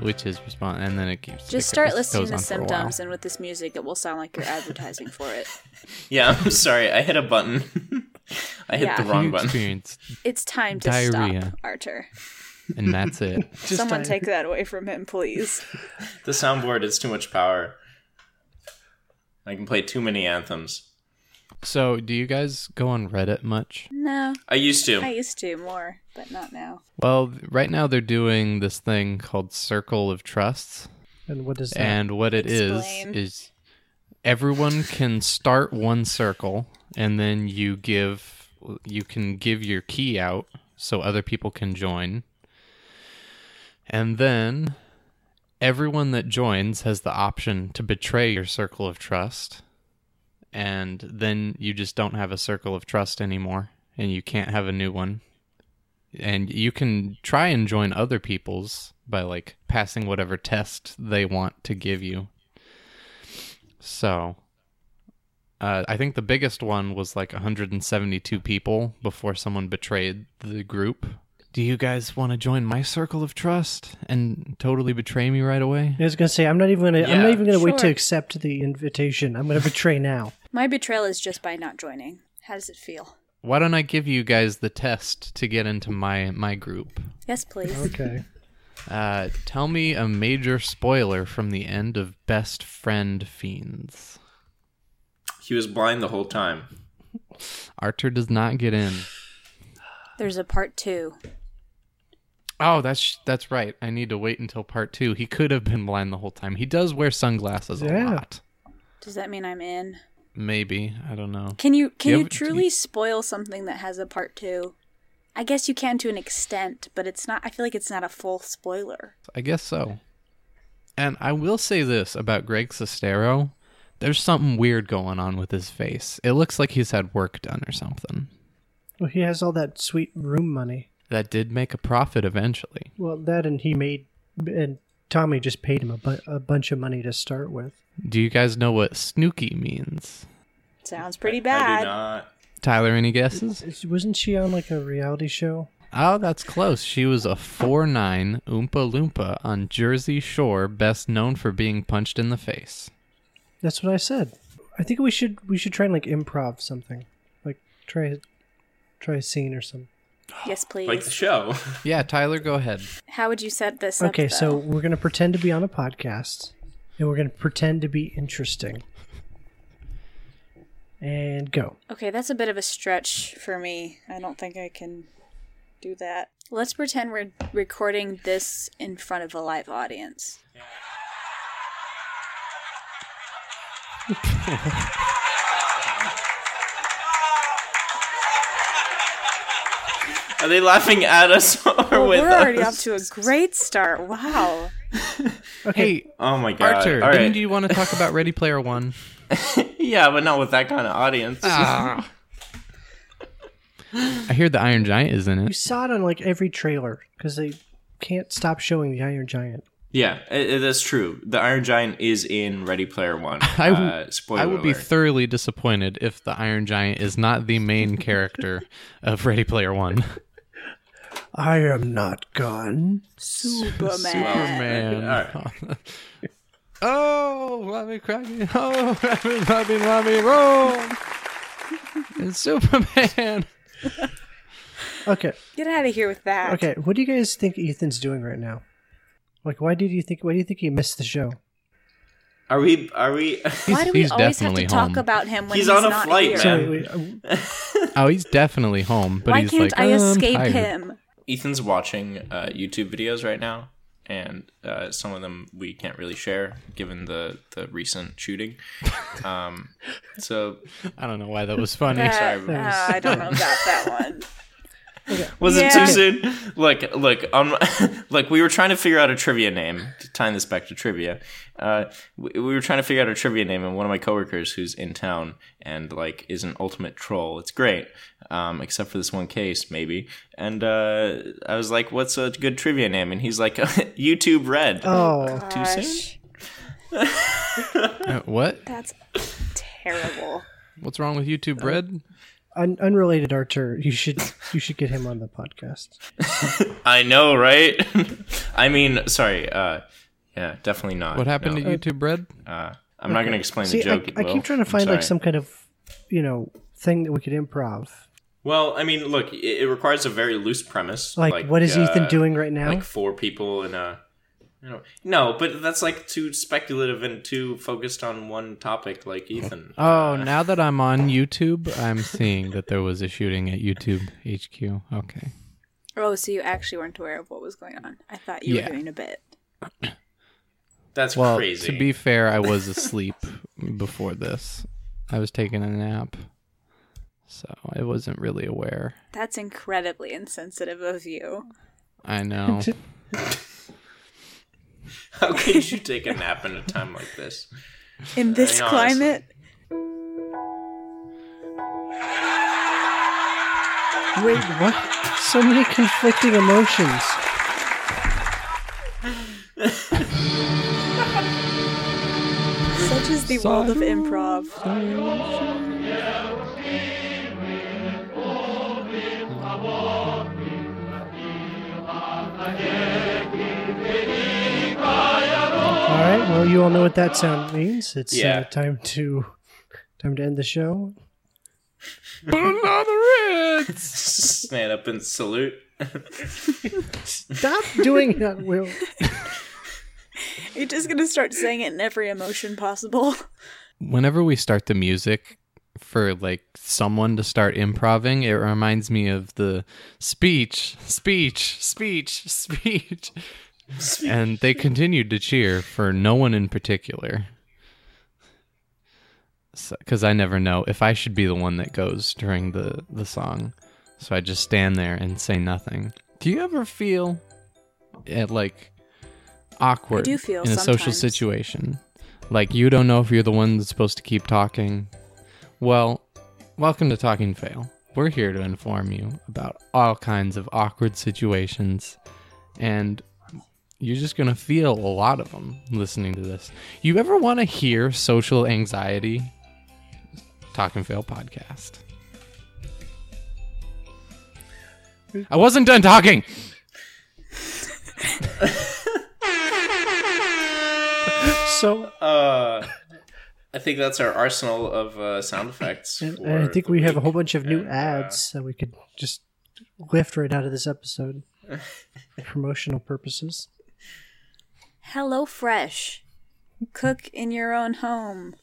[SPEAKER 3] which is respond. And then it keeps.
[SPEAKER 1] Just
[SPEAKER 3] it
[SPEAKER 1] start
[SPEAKER 3] goes
[SPEAKER 1] listing the
[SPEAKER 3] on for a while.
[SPEAKER 1] symptoms, and with this music, it will sound like you're advertising for it.
[SPEAKER 2] Yeah, I'm sorry. I hit a button. I hit
[SPEAKER 1] Yeah.
[SPEAKER 2] the wrong
[SPEAKER 3] You
[SPEAKER 2] button.
[SPEAKER 3] experienced
[SPEAKER 1] It's time to
[SPEAKER 3] Diarrhea.
[SPEAKER 1] stop, Archer.
[SPEAKER 3] and that's it.
[SPEAKER 4] Just
[SPEAKER 1] Someone
[SPEAKER 4] I-
[SPEAKER 1] take that away from him, please.
[SPEAKER 2] The soundboard is too much power. I can play too many anthems.
[SPEAKER 3] So, do you guys go on Reddit much?
[SPEAKER 1] No,
[SPEAKER 2] I used to.
[SPEAKER 1] I used to more, but not now.
[SPEAKER 3] Well, th- right now they're doing this thing called Circle of Trusts,
[SPEAKER 4] And what is that?
[SPEAKER 3] and what it is
[SPEAKER 1] Explain.
[SPEAKER 3] is everyone can start one circle, and then you give you can give your key out so other people can join, and then everyone that joins has the option to betray your circle of trust, and then you just don't have a circle of trust anymore, and you can't have a new one and you can try and join other people's by like passing whatever test they want to give you. So, uh, I think the biggest one was like 172 people before someone betrayed the group. Do you guys want to join my circle of trust and totally betray me right away?
[SPEAKER 4] I was gonna say I'm not even gonna I'm
[SPEAKER 2] Yeah.
[SPEAKER 4] not even gonna wait to
[SPEAKER 1] Sure.
[SPEAKER 4] accept the invitation. I'm gonna betray now.
[SPEAKER 1] My betrayal is just by not joining. How does it feel?
[SPEAKER 3] Why don't I give you guys the test to get into my my group?
[SPEAKER 1] Yes, please.
[SPEAKER 4] Okay.
[SPEAKER 3] Uh, tell me a major spoiler from the end of Best Friend Fiends.
[SPEAKER 2] He was blind the whole time.
[SPEAKER 3] Archer does not get in.
[SPEAKER 1] Uh, There's a part two.
[SPEAKER 3] Oh, that's that's right. I need to wait until part two. He could have been blind the whole time. He does wear sunglasses
[SPEAKER 4] Yeah.
[SPEAKER 3] a lot.
[SPEAKER 1] Does that mean I'm in?
[SPEAKER 3] Maybe I don't know.
[SPEAKER 1] Can you can
[SPEAKER 3] Yeah,
[SPEAKER 1] you
[SPEAKER 3] but-
[SPEAKER 1] truly spoil something that has a part two? I guess you can to an extent, but it's not. I feel like it's not a full spoiler.
[SPEAKER 3] I guess so. And I will say this about Greg Sestero: there's something weird going on with his face. It looks like he's had work done or something.
[SPEAKER 4] Well, he has all that sweet room money.
[SPEAKER 3] That did make a profit eventually.
[SPEAKER 4] Well, that and he made and Tommy just paid him a, bu- a bunch of money to start with.
[SPEAKER 3] Do you guys know what snooky means?
[SPEAKER 1] Sounds pretty
[SPEAKER 2] I
[SPEAKER 1] bad.
[SPEAKER 2] do not.
[SPEAKER 3] Tyler, any guesses?
[SPEAKER 4] Wasn't she on like a reality show?
[SPEAKER 3] Oh, that's close. She was a four nine Oompa Loompa on Jersey Shore, best known for being punched in the face.
[SPEAKER 4] That's what I said. I think we should we should try and like improv something, like try try a scene or something.
[SPEAKER 1] Yes, please.
[SPEAKER 2] Like the show.
[SPEAKER 3] Yeah, Tyler, go ahead.
[SPEAKER 1] How would you set this up?
[SPEAKER 4] Okay, so
[SPEAKER 1] though?
[SPEAKER 4] we're gonna pretend to be on a podcast, and we're gonna pretend to be interesting. And go.
[SPEAKER 1] Okay, that's a bit of a stretch for me. I don't think I can do that. Let's pretend we're recording this in front of a live audience.
[SPEAKER 2] Are they laughing at us or
[SPEAKER 1] Well,
[SPEAKER 2] with
[SPEAKER 1] we're already off
[SPEAKER 2] us?
[SPEAKER 1] to a great start. Wow.
[SPEAKER 3] Hey,
[SPEAKER 2] Oh my god.
[SPEAKER 3] Archer,
[SPEAKER 2] All
[SPEAKER 3] didn't
[SPEAKER 2] right.
[SPEAKER 3] you want to talk about Ready Player One?
[SPEAKER 2] Yeah, but not with that kind of audience.
[SPEAKER 3] Ah.
[SPEAKER 2] Ah.
[SPEAKER 3] I hear the Iron Giant is in
[SPEAKER 4] You
[SPEAKER 3] it.
[SPEAKER 4] saw it on like every trailer because they can't stop showing the Iron Giant.
[SPEAKER 2] Yeah, i i- that's true. The Iron Giant is in Ready Player One.
[SPEAKER 3] I w-
[SPEAKER 2] uh, spoiler
[SPEAKER 3] I would be
[SPEAKER 2] alert.
[SPEAKER 3] thoroughly disappointed if the Iron Giant is not the main character of Ready Player One.
[SPEAKER 4] I am not gone.
[SPEAKER 1] Superman.
[SPEAKER 3] Man.
[SPEAKER 2] All
[SPEAKER 3] oh, Robbie Crockett. Oh, Robbie, Robbie, roll. It's Superman.
[SPEAKER 4] Okay,
[SPEAKER 1] Get out of here with that.
[SPEAKER 4] okay. What do you guys think Ethan's doing right now? Like, why did you think? Why do you think he missed the show?
[SPEAKER 2] Are we? Are we?
[SPEAKER 1] Why do we always
[SPEAKER 3] he's
[SPEAKER 1] have to
[SPEAKER 3] definitely
[SPEAKER 1] talk
[SPEAKER 3] home.
[SPEAKER 1] about him when he's,
[SPEAKER 2] He's on a
[SPEAKER 1] not here?
[SPEAKER 2] flight, man.
[SPEAKER 4] Sorry, wait, um,
[SPEAKER 3] Oh, he's definitely home, but
[SPEAKER 1] Why
[SPEAKER 3] he's
[SPEAKER 1] can't
[SPEAKER 3] like,
[SPEAKER 1] I
[SPEAKER 3] "Um, "I'm
[SPEAKER 1] escape
[SPEAKER 3] tired."
[SPEAKER 1] him?
[SPEAKER 2] Ethan's watching uh, YouTube videos right now, and uh, some of them we can't really share given the the recent shooting. Um, so
[SPEAKER 3] I don't know why that was funny.
[SPEAKER 1] That-
[SPEAKER 2] sorry.
[SPEAKER 1] uh, I don't know about that one.
[SPEAKER 2] was it
[SPEAKER 1] Yeah.
[SPEAKER 2] too soon? Look, look, um, look. We were trying to figure out a trivia name. Tying this back to trivia, uh, we, we were trying to figure out a trivia name, and one of my coworkers who's in town and like is an ultimate troll. It's great, um, except for this one case, maybe. And uh, I was like, "What's a good trivia name?" And he's like, "YouTube Red."
[SPEAKER 4] oh,
[SPEAKER 2] too soon.
[SPEAKER 1] Gosh,
[SPEAKER 3] Uh, what?
[SPEAKER 1] that's terrible.
[SPEAKER 3] What's wrong with YouTube Red?
[SPEAKER 4] un- unrelated Archer. You should you should get him on the podcast.
[SPEAKER 2] I know, right? I mean, sorry. Uh, yeah, definitely not.
[SPEAKER 3] What happened to YouTube Red?
[SPEAKER 2] you? Uh, I'm not going to explain
[SPEAKER 4] See,
[SPEAKER 2] the joke.
[SPEAKER 4] I, I
[SPEAKER 2] Will.
[SPEAKER 4] keep trying to
[SPEAKER 2] I'm
[SPEAKER 4] find like
[SPEAKER 2] sorry.
[SPEAKER 4] some kind of you know thing that we could improv.
[SPEAKER 2] Well, I mean, look, it, it requires a very loose premise.
[SPEAKER 4] Like, what is Ethan
[SPEAKER 2] uh,
[SPEAKER 4] doing right now?
[SPEAKER 2] Like four people in a. I don't- No, but that's like too speculative and too focused on one topic, like Ethan.
[SPEAKER 3] Oh, now that I'm on YouTube, I'm seeing that there was a shooting at YouTube HQ. Okay.
[SPEAKER 1] Oh, so you actually weren't aware of what was going on. I thought you
[SPEAKER 3] Yeah.
[SPEAKER 1] were doing a bit.
[SPEAKER 2] That's
[SPEAKER 3] Well,
[SPEAKER 2] crazy.
[SPEAKER 3] to be fair, I was asleep before this. I was taking a nap, so I wasn't really aware.
[SPEAKER 1] That's incredibly insensitive of you.
[SPEAKER 3] I know.
[SPEAKER 2] How could you take a nap in a time like this?
[SPEAKER 1] In this
[SPEAKER 2] honestly.
[SPEAKER 1] climate,
[SPEAKER 4] Wait, what? So many conflicting emotions.
[SPEAKER 1] such is the world of improv.
[SPEAKER 4] All right. Well, you all know what that sound means. It's
[SPEAKER 2] Yeah.
[SPEAKER 4] uh, time to time to end the show.
[SPEAKER 2] Stand up and salute.
[SPEAKER 4] Stop doing that, Will.
[SPEAKER 1] You're just gonna start saying it in every emotion possible.
[SPEAKER 3] Whenever we start the music for like someone to start improving, it reminds me of the speech, speech, speech, speech. And they continued to cheer for no one in particular. Because I never know if I should be the one that goes during the, the song. So I just stand there and say nothing. Do you ever feel eh, like awkward
[SPEAKER 1] do feel
[SPEAKER 3] in a social
[SPEAKER 1] sometimes.
[SPEAKER 3] situation? Like you don't know if you're the one that's supposed to keep talking. Well, welcome to Talking Fail. We're here to inform you about all kinds of awkward situations and you're just going to feel a lot of them listening to this. You ever want to hear social anxiety? Talk and Fail podcast. I wasn't done talking.
[SPEAKER 4] So
[SPEAKER 2] Uh, I think that's our arsenal of uh, sound effects.
[SPEAKER 4] and, and
[SPEAKER 2] for
[SPEAKER 4] I think
[SPEAKER 2] the
[SPEAKER 4] we have a
[SPEAKER 2] week.
[SPEAKER 4] whole bunch of new
[SPEAKER 2] And, uh,
[SPEAKER 4] ads that we could just lift right out of this episode for promotional purposes.
[SPEAKER 1] Hello Fresh. Cook in your own home.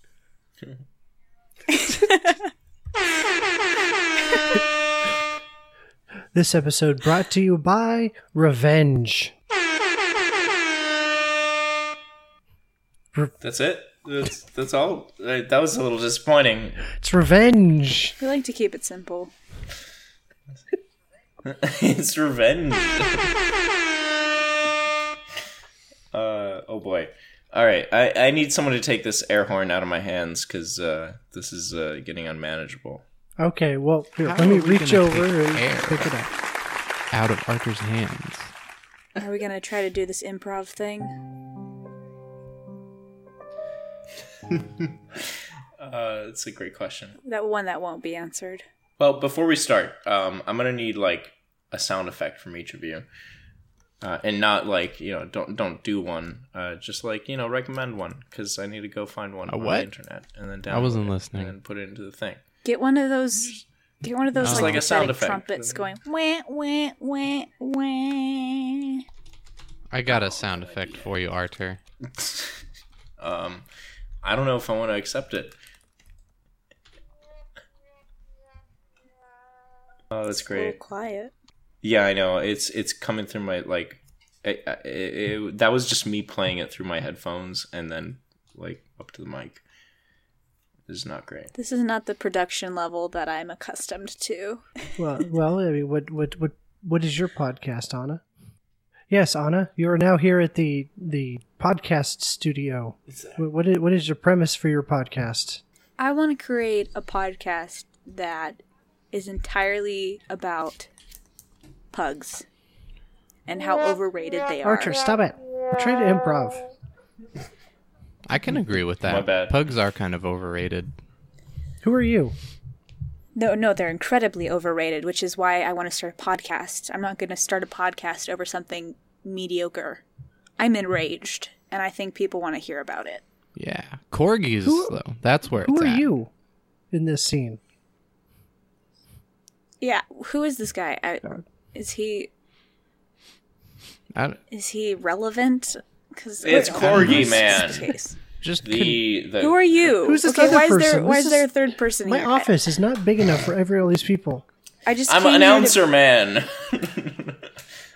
[SPEAKER 4] This episode brought to you by Revenge.
[SPEAKER 2] That's it. That's that's all. Uh, That was a little disappointing.
[SPEAKER 4] It's revenge.
[SPEAKER 1] We like to keep it simple.
[SPEAKER 2] it's revenge. uh oh boy. All right, I, I need someone to take this air horn out of my hands because uh, this is uh, getting unmanageable.
[SPEAKER 4] Okay, well, here,
[SPEAKER 3] How
[SPEAKER 4] let me
[SPEAKER 3] are we
[SPEAKER 4] reach
[SPEAKER 3] gonna
[SPEAKER 4] over
[SPEAKER 3] take
[SPEAKER 4] and
[SPEAKER 3] air?
[SPEAKER 4] pick it up.
[SPEAKER 3] Out of Arthur's hands.
[SPEAKER 1] Are we gonna try to do this improv thing?
[SPEAKER 2] Uh, that's a great question.
[SPEAKER 1] That one that won't be answered.
[SPEAKER 2] Well, before we start, um, I'm gonna need like a sound effect from each of you, uh, and not like you know don't don't do one. Uh, just like you know recommend one because I need to go find one
[SPEAKER 3] A
[SPEAKER 2] on
[SPEAKER 3] what?
[SPEAKER 2] the internet and then download
[SPEAKER 3] I wasn't
[SPEAKER 2] it
[SPEAKER 3] listening.
[SPEAKER 2] and then put it into the thing.
[SPEAKER 1] Get one of those. Get one of those
[SPEAKER 2] Just
[SPEAKER 1] like,
[SPEAKER 2] like a sound
[SPEAKER 1] pathetic
[SPEAKER 2] effect.
[SPEAKER 1] trumpets going wah wah wah wah.
[SPEAKER 3] I got a sound effect for you, Arthur.
[SPEAKER 2] Um, I don't know if I want to accept it. Oh, that's
[SPEAKER 1] A little
[SPEAKER 2] great.
[SPEAKER 1] quiet.
[SPEAKER 2] Yeah, I know. It's it's coming through my like. I I it, that was just me playing it through my headphones and then like up to the mic. This is not great.
[SPEAKER 1] This is not the production level that I'm accustomed to.
[SPEAKER 4] Well, well, I mean, what, what, what, what is your podcast, Anna? Yes, Anna, you are now here at the the podcast studio. What, what, is, what is your premise for your podcast?
[SPEAKER 1] I want to create a podcast that is entirely about pugs and how overrated they are.
[SPEAKER 4] Archer, stop it! We're trying to improv.
[SPEAKER 3] I can agree with that.
[SPEAKER 2] My bad.
[SPEAKER 3] Pugs are kind of overrated.
[SPEAKER 4] Who are you?
[SPEAKER 1] No, no, they're incredibly overrated, which is why I want to start a podcast. I'm not going to start a podcast over something mediocre. I'm enraged, and I think people want to hear about it.
[SPEAKER 3] Yeah. Corgis,
[SPEAKER 4] Who-
[SPEAKER 3] though. That's where
[SPEAKER 4] Who
[SPEAKER 3] it's
[SPEAKER 4] are
[SPEAKER 3] at.
[SPEAKER 4] you in this scene?
[SPEAKER 1] Yeah, who is this guy? I, is he
[SPEAKER 3] I,
[SPEAKER 1] is he relevant? Because
[SPEAKER 2] It's Corgi Man.
[SPEAKER 3] just con-
[SPEAKER 2] The the
[SPEAKER 1] Who are you?
[SPEAKER 4] Who's this
[SPEAKER 1] okay,
[SPEAKER 4] other
[SPEAKER 1] why is there
[SPEAKER 4] person?
[SPEAKER 1] why
[SPEAKER 4] This
[SPEAKER 1] is there a
[SPEAKER 4] is-
[SPEAKER 1] third person
[SPEAKER 4] My
[SPEAKER 1] here? I-
[SPEAKER 4] office is not big enough for every all these people.
[SPEAKER 1] I just
[SPEAKER 2] I'm
[SPEAKER 1] came
[SPEAKER 2] an
[SPEAKER 1] here to-
[SPEAKER 2] announcer man.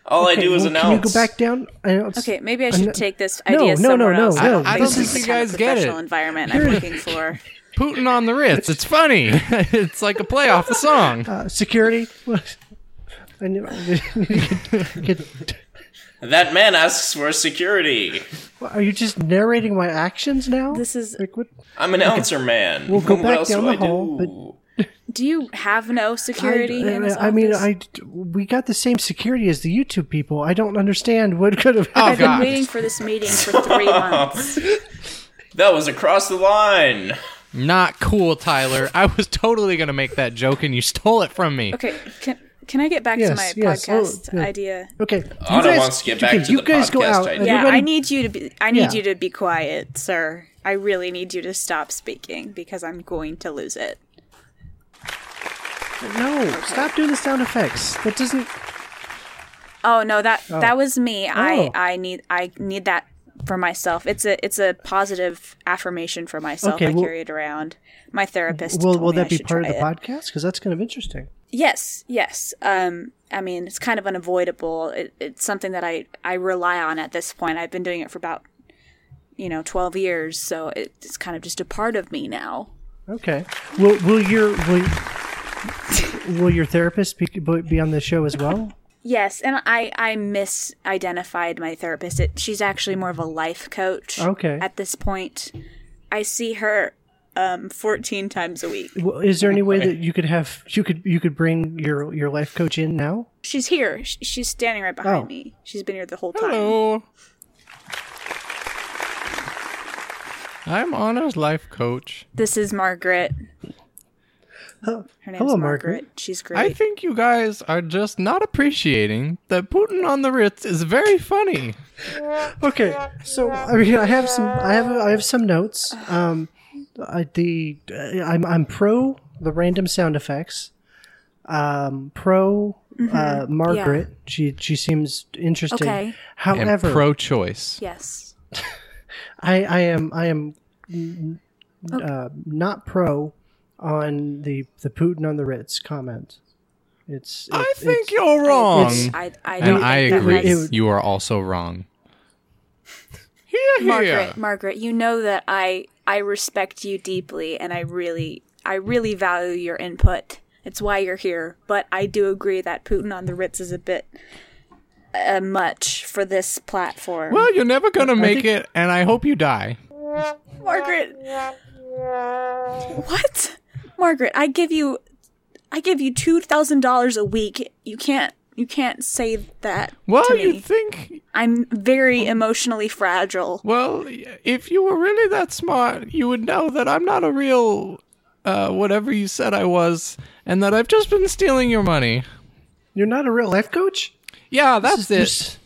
[SPEAKER 2] All I
[SPEAKER 4] Okay,
[SPEAKER 2] do is
[SPEAKER 4] well,
[SPEAKER 2] announce.
[SPEAKER 4] Can you go back down? Announce.
[SPEAKER 1] Okay, maybe I should
[SPEAKER 4] Ano-
[SPEAKER 1] take this
[SPEAKER 4] No,
[SPEAKER 1] idea
[SPEAKER 4] no, no,
[SPEAKER 1] somewhere
[SPEAKER 4] no,
[SPEAKER 1] else.
[SPEAKER 4] no,
[SPEAKER 1] I
[SPEAKER 3] I
[SPEAKER 1] don't
[SPEAKER 3] don't
[SPEAKER 1] think
[SPEAKER 3] think
[SPEAKER 1] this
[SPEAKER 3] you
[SPEAKER 1] kind of
[SPEAKER 3] guys get it.
[SPEAKER 1] professional environment I'm looking for.
[SPEAKER 3] Putin on the Ritz. It's funny. it's like a play off a song.
[SPEAKER 4] Uh, security. I knew- I get- get-
[SPEAKER 2] That man asks for security.
[SPEAKER 4] are you just narrating my actions now?
[SPEAKER 1] This is.
[SPEAKER 4] like what?
[SPEAKER 2] I'm an announcer man.
[SPEAKER 4] we'll go
[SPEAKER 2] what
[SPEAKER 4] back
[SPEAKER 2] else
[SPEAKER 4] down
[SPEAKER 2] do
[SPEAKER 4] the
[SPEAKER 2] I do?
[SPEAKER 4] hall,
[SPEAKER 1] Do you have no security?
[SPEAKER 4] I,
[SPEAKER 1] in this
[SPEAKER 4] I mean,
[SPEAKER 1] office?
[SPEAKER 4] I we got the same security as the YouTube people. I don't understand what could have
[SPEAKER 3] Oh,
[SPEAKER 1] I've
[SPEAKER 4] happened.
[SPEAKER 1] been
[SPEAKER 3] God.
[SPEAKER 1] waiting for this meeting for three months.
[SPEAKER 2] That was across the line.
[SPEAKER 3] Not cool, Tyler. I was totally going to make that joke and you stole it from me.
[SPEAKER 1] Okay, can can I get back to
[SPEAKER 4] Yes,
[SPEAKER 1] my
[SPEAKER 4] yes, oh,
[SPEAKER 1] podcast
[SPEAKER 4] yeah.
[SPEAKER 1] idea?
[SPEAKER 4] Okay,
[SPEAKER 2] Anna wants to get back to
[SPEAKER 4] you
[SPEAKER 2] the
[SPEAKER 4] guys go
[SPEAKER 2] podcast
[SPEAKER 4] out.
[SPEAKER 2] idea.
[SPEAKER 1] Yeah,
[SPEAKER 4] Everybody-
[SPEAKER 1] I need you to be. I need
[SPEAKER 4] Yeah.
[SPEAKER 1] you to be quiet, sir. I really need you to stop speaking because I'm going to lose it.
[SPEAKER 4] No, stop doing the sound effects. That doesn't.
[SPEAKER 1] Oh no, that that was me. I
[SPEAKER 4] Oh.
[SPEAKER 1] I need I need that for myself. It's a it's a positive affirmation for myself.
[SPEAKER 4] Okay,
[SPEAKER 1] I
[SPEAKER 4] well-
[SPEAKER 1] carry it around. My therapist.
[SPEAKER 4] Will
[SPEAKER 1] told
[SPEAKER 4] will
[SPEAKER 1] me I
[SPEAKER 4] that be
[SPEAKER 1] should
[SPEAKER 4] part of
[SPEAKER 1] try
[SPEAKER 4] the
[SPEAKER 1] it.
[SPEAKER 4] podcast? Because that's kind of interesting.
[SPEAKER 1] Yes, yes. Um, I mean, it's kind of unavoidable. It, it's something that I I rely on at this point. I've been doing it for about you know twelve years, so it, it's kind of just a part of me now.
[SPEAKER 4] Okay. Will will your will, will your therapist be, be on the show as well?
[SPEAKER 1] Yes, and I I misidentified my therapist. It, she's actually more of a life coach.
[SPEAKER 4] Okay.
[SPEAKER 1] At this point, I see her um 14 times a week.
[SPEAKER 4] Well, is there any way that you could have you could you could bring your your life coach in now?
[SPEAKER 1] She's here. Sh- She's standing right behind
[SPEAKER 4] Oh.
[SPEAKER 1] me. She's been here the whole time.
[SPEAKER 3] Hello. I'm Anna's life coach.
[SPEAKER 1] This is Margaret. Her name's
[SPEAKER 4] Hello,
[SPEAKER 1] Margaret.
[SPEAKER 4] Margaret.
[SPEAKER 1] She's great.
[SPEAKER 3] I think you guys are just not appreciating that Putin on the Ritz is very funny.
[SPEAKER 4] Okay, so I mean, I have some, I have, I have some notes. Um, I, the I'm I'm pro the random sound effects. Um, pro uh, Margaret. She she seems interesting.
[SPEAKER 1] Okay.
[SPEAKER 3] And
[SPEAKER 4] However,
[SPEAKER 3] pro choice.
[SPEAKER 1] yes.
[SPEAKER 4] I I am I am mm, uh, not pro on the the Putin on the Ritz comment. It's
[SPEAKER 3] I
[SPEAKER 4] it-
[SPEAKER 3] think
[SPEAKER 4] it's-
[SPEAKER 3] you're wrong.
[SPEAKER 4] it's-
[SPEAKER 1] I, I don't
[SPEAKER 3] and I
[SPEAKER 1] think that
[SPEAKER 3] agree.
[SPEAKER 1] was-
[SPEAKER 4] was-
[SPEAKER 3] You are also wrong. Here, here.
[SPEAKER 1] Margaret, Margaret, you know that I I respect you deeply and I really I really value your input. It's why you're here, but I do agree that Putin on the Ritz is a bit uh, much for this platform.
[SPEAKER 3] Well, you're never going to make it, and I hope you die.
[SPEAKER 1] Margaret. What? Margaret, I give you I give you $2,000 a week. You can't you can't say that
[SPEAKER 3] Well,
[SPEAKER 1] to me.
[SPEAKER 3] you think.
[SPEAKER 1] I'm very emotionally fragile.
[SPEAKER 3] Well, if you were really that smart, you would know that I'm not a real. Uh, whatever you said I was, and that I've just been stealing your money.
[SPEAKER 4] You're not a real life coach.
[SPEAKER 3] Yeah, that's
[SPEAKER 4] There's-
[SPEAKER 3] it.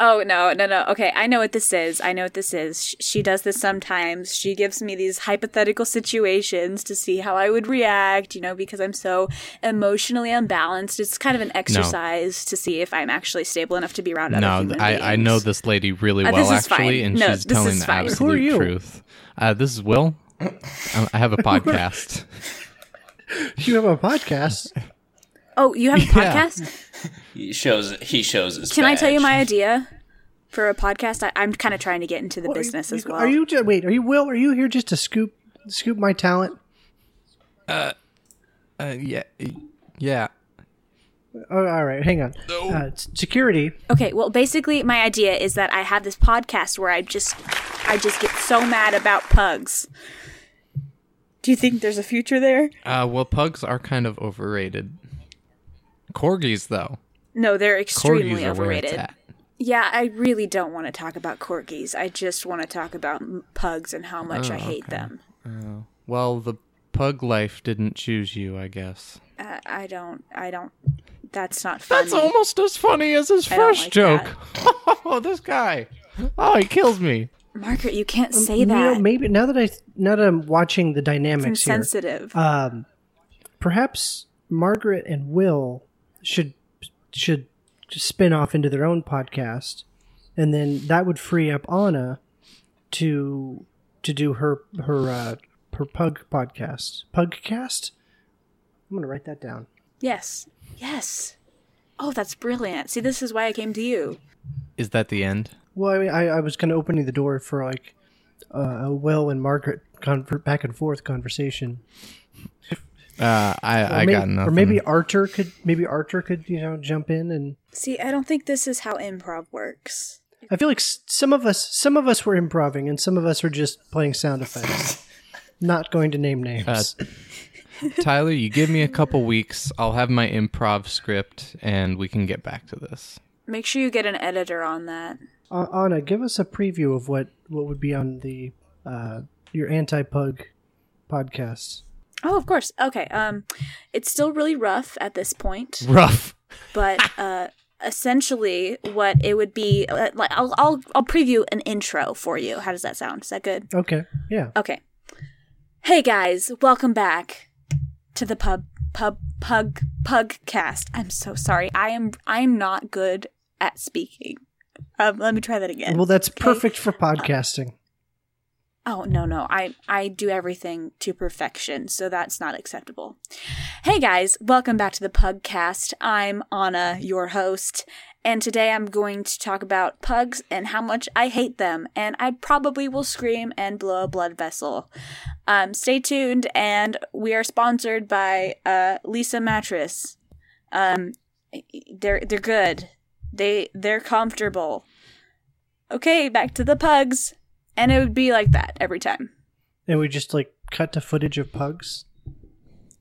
[SPEAKER 1] Oh no, no, no. Okay, I know what this is. I know what this is. Sh- She does this sometimes. She gives me these hypothetical situations to see how I would react, you know, because I'm so emotionally unbalanced. It's kind of an exercise to see if I'm actually stable enough to be around other
[SPEAKER 3] No,
[SPEAKER 1] human
[SPEAKER 3] I, I
[SPEAKER 1] beings.
[SPEAKER 3] know this lady really
[SPEAKER 1] Uh,
[SPEAKER 3] well,
[SPEAKER 1] this is
[SPEAKER 3] actually,
[SPEAKER 1] fine.
[SPEAKER 3] and
[SPEAKER 1] No,
[SPEAKER 3] she's
[SPEAKER 1] this
[SPEAKER 3] telling
[SPEAKER 1] is
[SPEAKER 3] the
[SPEAKER 1] fine. Who are
[SPEAKER 3] absolute
[SPEAKER 4] you?
[SPEAKER 3] truth. Uh, this is Will. Um, I I have a podcast.
[SPEAKER 4] You have a podcast.
[SPEAKER 1] Oh, you have a
[SPEAKER 3] Yeah.
[SPEAKER 1] podcast?
[SPEAKER 2] He shows he shows his.
[SPEAKER 1] Can I tell you
[SPEAKER 2] badge.
[SPEAKER 1] my idea for a podcast? I, I'm kind of trying to get into the business as well.
[SPEAKER 4] Are you ju- wait? Are you Will? Are you here just to scoop scoop my talent?
[SPEAKER 3] uh, yeah, yeah.
[SPEAKER 4] Oh, all right, hang on. Uh, s- security.
[SPEAKER 1] Okay, well basically my idea is that I have this podcast where I just I just get so mad about pugs. Do you think there's a future there?
[SPEAKER 3] Uh, well, pugs are kind of overrated. Corgis, though,
[SPEAKER 1] No, they're
[SPEAKER 3] corgis
[SPEAKER 1] extremely
[SPEAKER 3] are where it's
[SPEAKER 1] overrated.
[SPEAKER 3] at.
[SPEAKER 1] Yeah, I really don't want to talk about corgis. I just want to talk about m- pugs and how much
[SPEAKER 3] Oh,
[SPEAKER 1] I hate them.
[SPEAKER 3] Well, the pug life didn't choose you, I guess.
[SPEAKER 1] Uh, I don't. I don't. That's not funny.
[SPEAKER 3] That's almost as funny as his
[SPEAKER 1] I don't
[SPEAKER 3] first
[SPEAKER 1] like
[SPEAKER 3] joke. oh, this guy! Oh, he kills me.
[SPEAKER 1] Margaret, you can't say
[SPEAKER 4] You know,
[SPEAKER 1] that.
[SPEAKER 4] maybe now that I now that I'm watching the
[SPEAKER 1] I'm
[SPEAKER 4] dynamics here,
[SPEAKER 1] sensitive.
[SPEAKER 3] Uh,
[SPEAKER 4] um, perhaps Margaret and Will should should just spin off into their own podcast, and then that would free up Anna to to do her her uh, her pug podcast. Pugcast. I'm gonna write that down.
[SPEAKER 1] yes. Yes. Oh, that's brilliant. See, this is why I came to you.
[SPEAKER 3] Is that the end?
[SPEAKER 4] Well, I mean, I, I was kind of opening the door for like uh, a Will and Margaret conver- back and forth conversation.
[SPEAKER 3] Uh, I I
[SPEAKER 4] maybe,
[SPEAKER 3] got nothing.
[SPEAKER 4] Or maybe Archer could maybe Archer could you know jump in and
[SPEAKER 1] See, I don't think this is how improv works.
[SPEAKER 4] I feel like s- some of us some of us were improving and some of us are just playing sound effects. Not going to name names.
[SPEAKER 3] Tyler, you give me a couple weeks. I'll have my improv script, and we can get back to this.
[SPEAKER 1] Make sure you get an editor on that.
[SPEAKER 3] Uh,
[SPEAKER 4] A- Anna, give us a preview of what what would be on the uh, your anti pug podcast.
[SPEAKER 1] Oh, of course. Okay. Um, it's still really rough at this point.
[SPEAKER 3] Rough.
[SPEAKER 1] but uh, essentially what it would be uh, like I'll, I'll i'll preview an intro for you how does that sound is that good
[SPEAKER 4] Okay, yeah.
[SPEAKER 1] okay hey guys welcome back to the pub pub pug pug cast i'm so sorry i am i'm not good at speaking um, let me try that again
[SPEAKER 4] Well, that's
[SPEAKER 1] Okay.
[SPEAKER 4] perfect for podcasting.
[SPEAKER 1] Oh no no I I do everything to perfection so that's not acceptable. Hey guys, welcome back to the Pugcast. I'm Anna, your host, and today I'm going to talk about pugs and how much I hate them, and I probably will scream and blow a blood vessel. Um, stay tuned, and we are sponsored by uh, Lisa Mattress. Um, they're they're good. They they're comfortable. Okay, back to the pugs. And it would be like that every time.
[SPEAKER 4] And we just like cut to footage of pugs.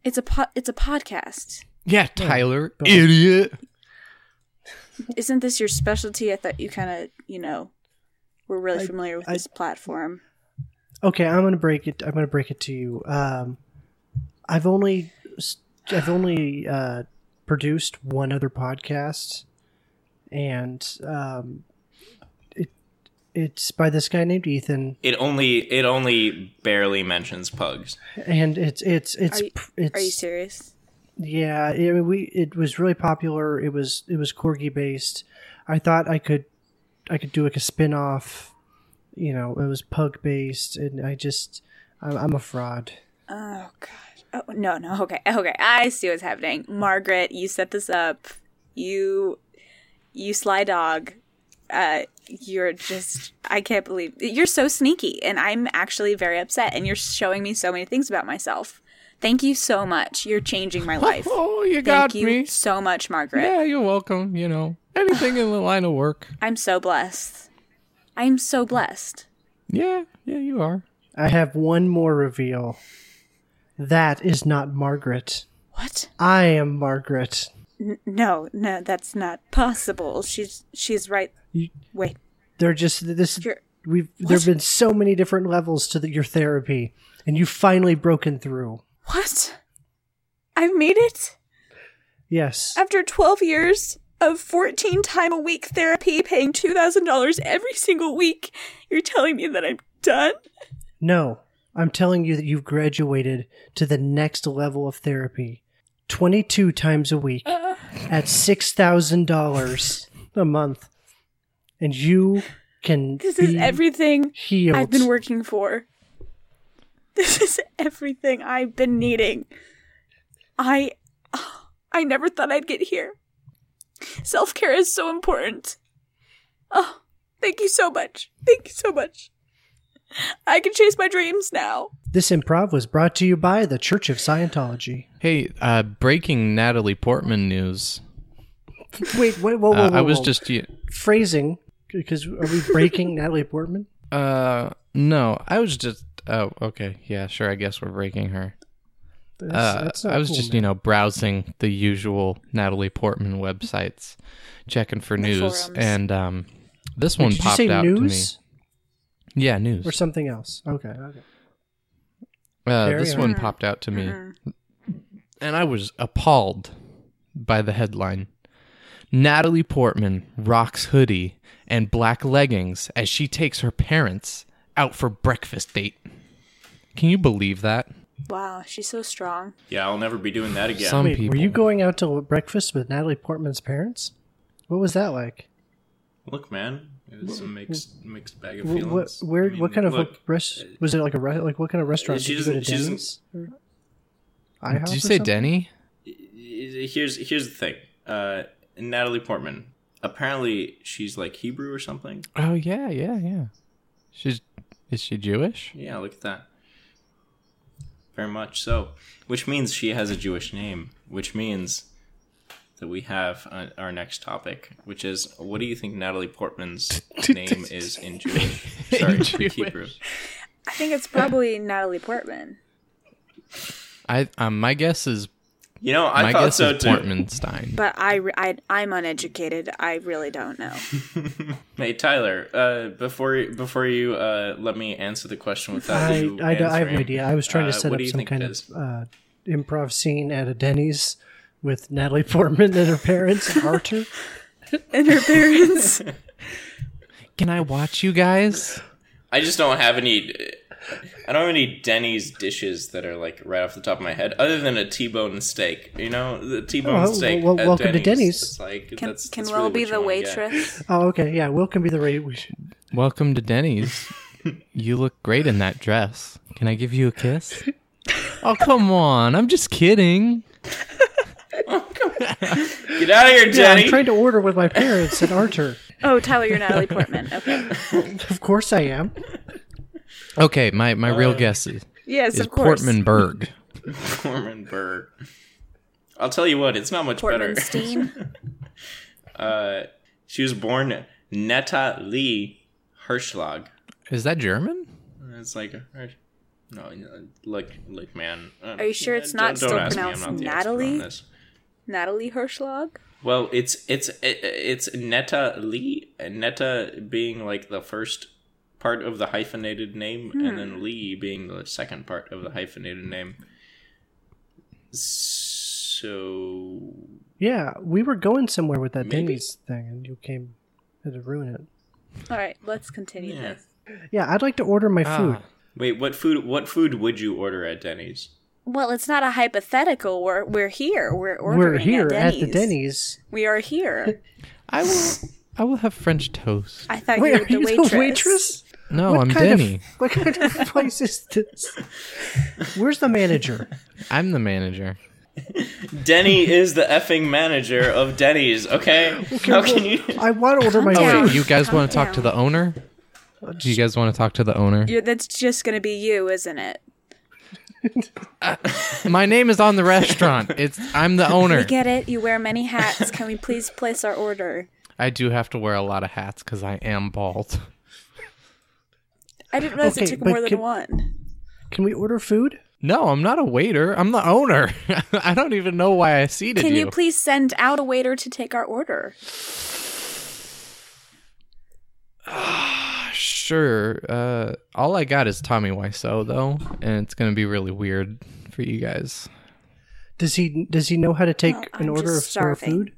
[SPEAKER 1] It's a po- it's a podcast.
[SPEAKER 3] Yeah, Tyler,
[SPEAKER 4] but-
[SPEAKER 3] idiot.
[SPEAKER 1] Isn't this your specialty? I thought you kind of you know were really
[SPEAKER 4] I-
[SPEAKER 1] familiar with
[SPEAKER 4] I-
[SPEAKER 1] this platform.
[SPEAKER 4] Okay, I'm gonna break it. I'm gonna break it to you. Um, I've only s- I've only uh, produced one other podcast, and um, it it's by this guy named Ethan,
[SPEAKER 2] It only it only barely mentions pugs.
[SPEAKER 4] and it's it's it's
[SPEAKER 1] Are you-
[SPEAKER 4] p- it's
[SPEAKER 1] Are you serious?
[SPEAKER 4] Yeah, it, we it was really popular. It was it was corgi based. I thought I could I could do like a spin off. You know, it was pug based, and I just I'm, I'm a fraud.
[SPEAKER 1] Oh god. Oh no, no. Okay, okay. I see what's happening. Margaret, you set this up. You, you sly dog. Uh, you're just. I can't believe you're so sneaky, and I'm actually very upset. And you're showing me so many things about myself. Thank you so much. You're changing my life.
[SPEAKER 3] Oh, you
[SPEAKER 1] Thank
[SPEAKER 3] got
[SPEAKER 1] you
[SPEAKER 3] me.
[SPEAKER 1] so much, Margaret.
[SPEAKER 3] Yeah, you're welcome. You know, anything in the line of work.
[SPEAKER 1] I'm so blessed. I'm so blessed.
[SPEAKER 3] Yeah, yeah, you are.
[SPEAKER 4] I have one more reveal. That is not Margaret.
[SPEAKER 1] What?
[SPEAKER 4] I am Margaret.
[SPEAKER 1] N- no, no, that's not possible. She's she's right.
[SPEAKER 4] You-
[SPEAKER 1] Wait,
[SPEAKER 4] They're just this.
[SPEAKER 1] You're-
[SPEAKER 4] We've there've been so many different levels to the, your therapy, and you've finally broken through.
[SPEAKER 1] what? I've made it
[SPEAKER 4] Yes,
[SPEAKER 1] after 12 years of 14 time a week therapy, paying $2,000 every single week. You're telling me that I'm done?
[SPEAKER 4] No, I'm telling you that you've graduated to the next level of therapy. 22 times a week
[SPEAKER 1] Uh-uh.
[SPEAKER 4] at $6,000 a month. And you can
[SPEAKER 1] This is
[SPEAKER 4] be
[SPEAKER 1] everything
[SPEAKER 4] healed.
[SPEAKER 1] I've been working for. This is everything I've been needing. I I never thought I'd get here. Self-care is so important. Oh, thank you so much. Thank you so much. I can chase my dreams now.
[SPEAKER 4] this improv was brought to you by the Church of Scientology.
[SPEAKER 3] Hey, uh, breaking Natalie Portman news.
[SPEAKER 4] Wait, wait, whoa, whoa,
[SPEAKER 3] Uh,
[SPEAKER 4] whoa,
[SPEAKER 3] I was
[SPEAKER 1] Oh.
[SPEAKER 4] whoa.
[SPEAKER 3] just. y-
[SPEAKER 4] phrasing because are we breaking Natalie Portman?
[SPEAKER 3] Uh, no, I was just. Oh, okay. Yeah, sure. I guess we're breaking her.
[SPEAKER 4] That's,
[SPEAKER 3] Uh,
[SPEAKER 4] that's not
[SPEAKER 3] I was
[SPEAKER 4] cool,
[SPEAKER 3] just,
[SPEAKER 4] man.
[SPEAKER 3] you know, browsing the usual Natalie Portman websites, checking for news,
[SPEAKER 1] forums.
[SPEAKER 3] and um, this one
[SPEAKER 4] Did you
[SPEAKER 3] popped
[SPEAKER 4] say
[SPEAKER 3] out
[SPEAKER 4] news
[SPEAKER 3] to me. Yeah, news.
[SPEAKER 4] or something else? Okay, okay.
[SPEAKER 3] Uh,
[SPEAKER 4] Very
[SPEAKER 3] this
[SPEAKER 4] odd.
[SPEAKER 3] one popped out to me, and I was appalled by the headline: Natalie Portman rocks hoodie and black leggings as she takes her parents out for breakfast date. Can you believe that?
[SPEAKER 1] Wow, she's so strong.
[SPEAKER 2] Yeah, I'll never be doing that again.
[SPEAKER 3] Some
[SPEAKER 4] Wait,
[SPEAKER 3] people.
[SPEAKER 4] were you going out to breakfast with Natalie Portman's parents? What was that like?
[SPEAKER 2] Look, man, it was a mixed mixed bag of
[SPEAKER 4] Wh-
[SPEAKER 2] feelings.
[SPEAKER 4] What, where,
[SPEAKER 2] I mean,
[SPEAKER 4] what kind of
[SPEAKER 2] look,
[SPEAKER 4] like, rest, was it like a re- like what kind of restaurant?
[SPEAKER 2] She
[SPEAKER 4] Did you go
[SPEAKER 2] doesn't-
[SPEAKER 4] to
[SPEAKER 2] she doesn't-
[SPEAKER 4] Denny's or IHOP
[SPEAKER 3] Did
[SPEAKER 4] or
[SPEAKER 3] you say
[SPEAKER 4] something?
[SPEAKER 3] Denny?
[SPEAKER 2] here's here's the thing. Uh, Natalie Portman. Apparently, she's like Hebrew or something.
[SPEAKER 3] Oh yeah, yeah, yeah. She's is she Jewish?
[SPEAKER 2] Yeah, look at that. Very much so. Which means she has a Jewish name, which means that we have uh, our next topic, which is what do you think Natalie Portman's name is in Jewish? Sorry,
[SPEAKER 3] In
[SPEAKER 2] Jewish.
[SPEAKER 3] Jewish.
[SPEAKER 2] Hebrew.
[SPEAKER 1] I think it's probably Natalie Portman.
[SPEAKER 3] I um, my guess is
[SPEAKER 2] You know, I
[SPEAKER 3] my
[SPEAKER 2] thought
[SPEAKER 3] guess
[SPEAKER 2] so
[SPEAKER 3] is
[SPEAKER 2] too.
[SPEAKER 3] Portmanstein.
[SPEAKER 1] But I, I I'm uneducated. I really don't know.
[SPEAKER 2] Hey Tyler, uh, before before you uh, let me answer the question without
[SPEAKER 4] I,
[SPEAKER 2] you
[SPEAKER 4] I, don't- I have no
[SPEAKER 2] answering,
[SPEAKER 4] idea. I was trying
[SPEAKER 2] uh,
[SPEAKER 4] to set
[SPEAKER 2] what
[SPEAKER 4] up
[SPEAKER 2] do you
[SPEAKER 4] some
[SPEAKER 2] think
[SPEAKER 4] kind
[SPEAKER 2] it
[SPEAKER 4] of
[SPEAKER 2] is?
[SPEAKER 4] uh, improv scene at a Denny's with Natalie Portman and her parents and Arthur.
[SPEAKER 1] And her parents.
[SPEAKER 3] Can I watch you guys?
[SPEAKER 2] I just don't have any. I don't have any Denny's dishes that are like right off the top of my head, other than a T-bone steak. You know, the T-bone
[SPEAKER 4] Oh,
[SPEAKER 2] steak.
[SPEAKER 4] well,
[SPEAKER 2] at
[SPEAKER 4] welcome to Denny's.
[SPEAKER 2] It's like
[SPEAKER 1] can
[SPEAKER 2] that's,
[SPEAKER 1] can
[SPEAKER 2] that's
[SPEAKER 1] Will be
[SPEAKER 2] really what you
[SPEAKER 1] the
[SPEAKER 2] wanna get.
[SPEAKER 1] waitress?
[SPEAKER 4] Oh, okay, yeah. Will can be the right. We should,
[SPEAKER 3] Welcome to Denny's. you look great in that dress. Can I give you a kiss? Oh come on! I'm just kidding.
[SPEAKER 2] Get out of here,
[SPEAKER 4] yeah,
[SPEAKER 2] Denny.
[SPEAKER 4] I'm trying to order with my parents and Arthur.
[SPEAKER 1] Oh, Tyler, you're Natalie Portman. Okay.
[SPEAKER 4] Of course, I am.
[SPEAKER 3] Okay, my my
[SPEAKER 2] Uh,
[SPEAKER 3] real guess is,
[SPEAKER 1] Yes,
[SPEAKER 3] is
[SPEAKER 1] of course.
[SPEAKER 3] Portmanberg.
[SPEAKER 2] Norman Burr. I'll tell you what, it's not much better.
[SPEAKER 1] Portmanstein.
[SPEAKER 2] Uh, she was born Netta Lee Hirschlag.
[SPEAKER 3] Is that German?
[SPEAKER 2] It's like Hirsch- no, no, look, look, man. uh,
[SPEAKER 1] Are you sure it's
[SPEAKER 2] don't-
[SPEAKER 1] not
[SPEAKER 2] don't
[SPEAKER 1] still
[SPEAKER 2] ask me, I'm
[SPEAKER 1] pronounced
[SPEAKER 2] not the expert on
[SPEAKER 1] Natalie?
[SPEAKER 2] this.
[SPEAKER 1] Natalie Hirschlog.
[SPEAKER 2] Well, it's it's it- it's Netta Lee, and Netta being like the first part of the hyphenated name, and then Lee being the second part of the hyphenated name. So
[SPEAKER 4] Yeah, we were going somewhere with that
[SPEAKER 2] Maybe.
[SPEAKER 4] Denny's thing, and you came to ruin it.
[SPEAKER 1] All right, let's continue
[SPEAKER 2] Yeah.
[SPEAKER 1] this.
[SPEAKER 4] Yeah, I'd like to order my
[SPEAKER 3] Ah.
[SPEAKER 4] food.
[SPEAKER 2] wait, what food? What food would you order at Denny's?
[SPEAKER 1] Well, it's not a hypothetical. We're we're here. We're ordering
[SPEAKER 4] We're here
[SPEAKER 1] at,
[SPEAKER 4] at the Denny's.
[SPEAKER 1] We are here.
[SPEAKER 3] I will. I will have French toast.
[SPEAKER 1] I thought
[SPEAKER 4] Wait,
[SPEAKER 1] you were
[SPEAKER 4] are
[SPEAKER 1] the
[SPEAKER 4] you
[SPEAKER 1] waitress. Oh,
[SPEAKER 4] the waitress?
[SPEAKER 3] No,
[SPEAKER 4] what
[SPEAKER 3] I'm
[SPEAKER 4] kind of-
[SPEAKER 3] Denny.
[SPEAKER 4] what kind of place is this? Where's the manager?
[SPEAKER 3] I'm the manager.
[SPEAKER 2] Denny is the effing manager of Denny's. Okay, how can you?
[SPEAKER 4] I want to order my
[SPEAKER 1] Calm
[SPEAKER 3] Oh
[SPEAKER 1] down.
[SPEAKER 4] food.
[SPEAKER 3] wait, you guys
[SPEAKER 1] Calm
[SPEAKER 3] want to talk to
[SPEAKER 1] down.
[SPEAKER 3] the owner? Do you guys want to talk to the owner?
[SPEAKER 1] You're, that's just going to be you, isn't it?
[SPEAKER 3] My name is on the restaurant. It's I'm the owner.
[SPEAKER 1] We get it. You wear many hats. Can we please place our order?
[SPEAKER 3] I do have to wear a lot of hats because I am bald.
[SPEAKER 1] I didn't realize it
[SPEAKER 4] Okay,
[SPEAKER 1] took
[SPEAKER 4] but
[SPEAKER 1] more than
[SPEAKER 4] can-
[SPEAKER 1] one.
[SPEAKER 4] Can we order food?
[SPEAKER 3] No, I'm not a waiter. I'm the owner. I don't even know why I seated
[SPEAKER 1] Can
[SPEAKER 3] you.
[SPEAKER 1] you please send out a waiter to take our order?
[SPEAKER 3] sure. Uh, all I got is Tommy Wiseau though, and it's gonna be really weird for you guys.
[SPEAKER 4] Does he does he know how to take
[SPEAKER 1] Well,
[SPEAKER 4] an
[SPEAKER 1] I'm
[SPEAKER 4] order of
[SPEAKER 1] just
[SPEAKER 4] for
[SPEAKER 1] starving.
[SPEAKER 4] food?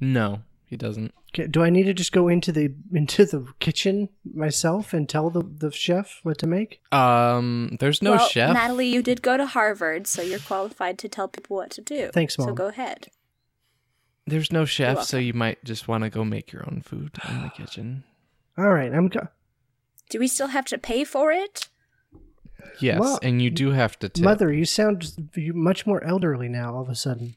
[SPEAKER 3] No, he doesn't.
[SPEAKER 4] Okay, do I need to just go into the into the kitchen myself and tell the, the chef what to make?
[SPEAKER 3] Um, there's no
[SPEAKER 1] well,
[SPEAKER 3] chef.
[SPEAKER 1] Natalie, you did go to Harvard, so you're qualified to tell people what to do.
[SPEAKER 4] Thanks,
[SPEAKER 1] So
[SPEAKER 4] Mom.
[SPEAKER 1] go ahead.
[SPEAKER 3] There's no chef,
[SPEAKER 1] You're
[SPEAKER 3] so you might just want to go make your own food in the kitchen.
[SPEAKER 4] All right, I'm go-
[SPEAKER 1] Do we still have to pay for it?
[SPEAKER 3] Yes,
[SPEAKER 4] Well,
[SPEAKER 3] and you do have to tip.
[SPEAKER 4] mother. You sound you much more elderly now. All of a sudden,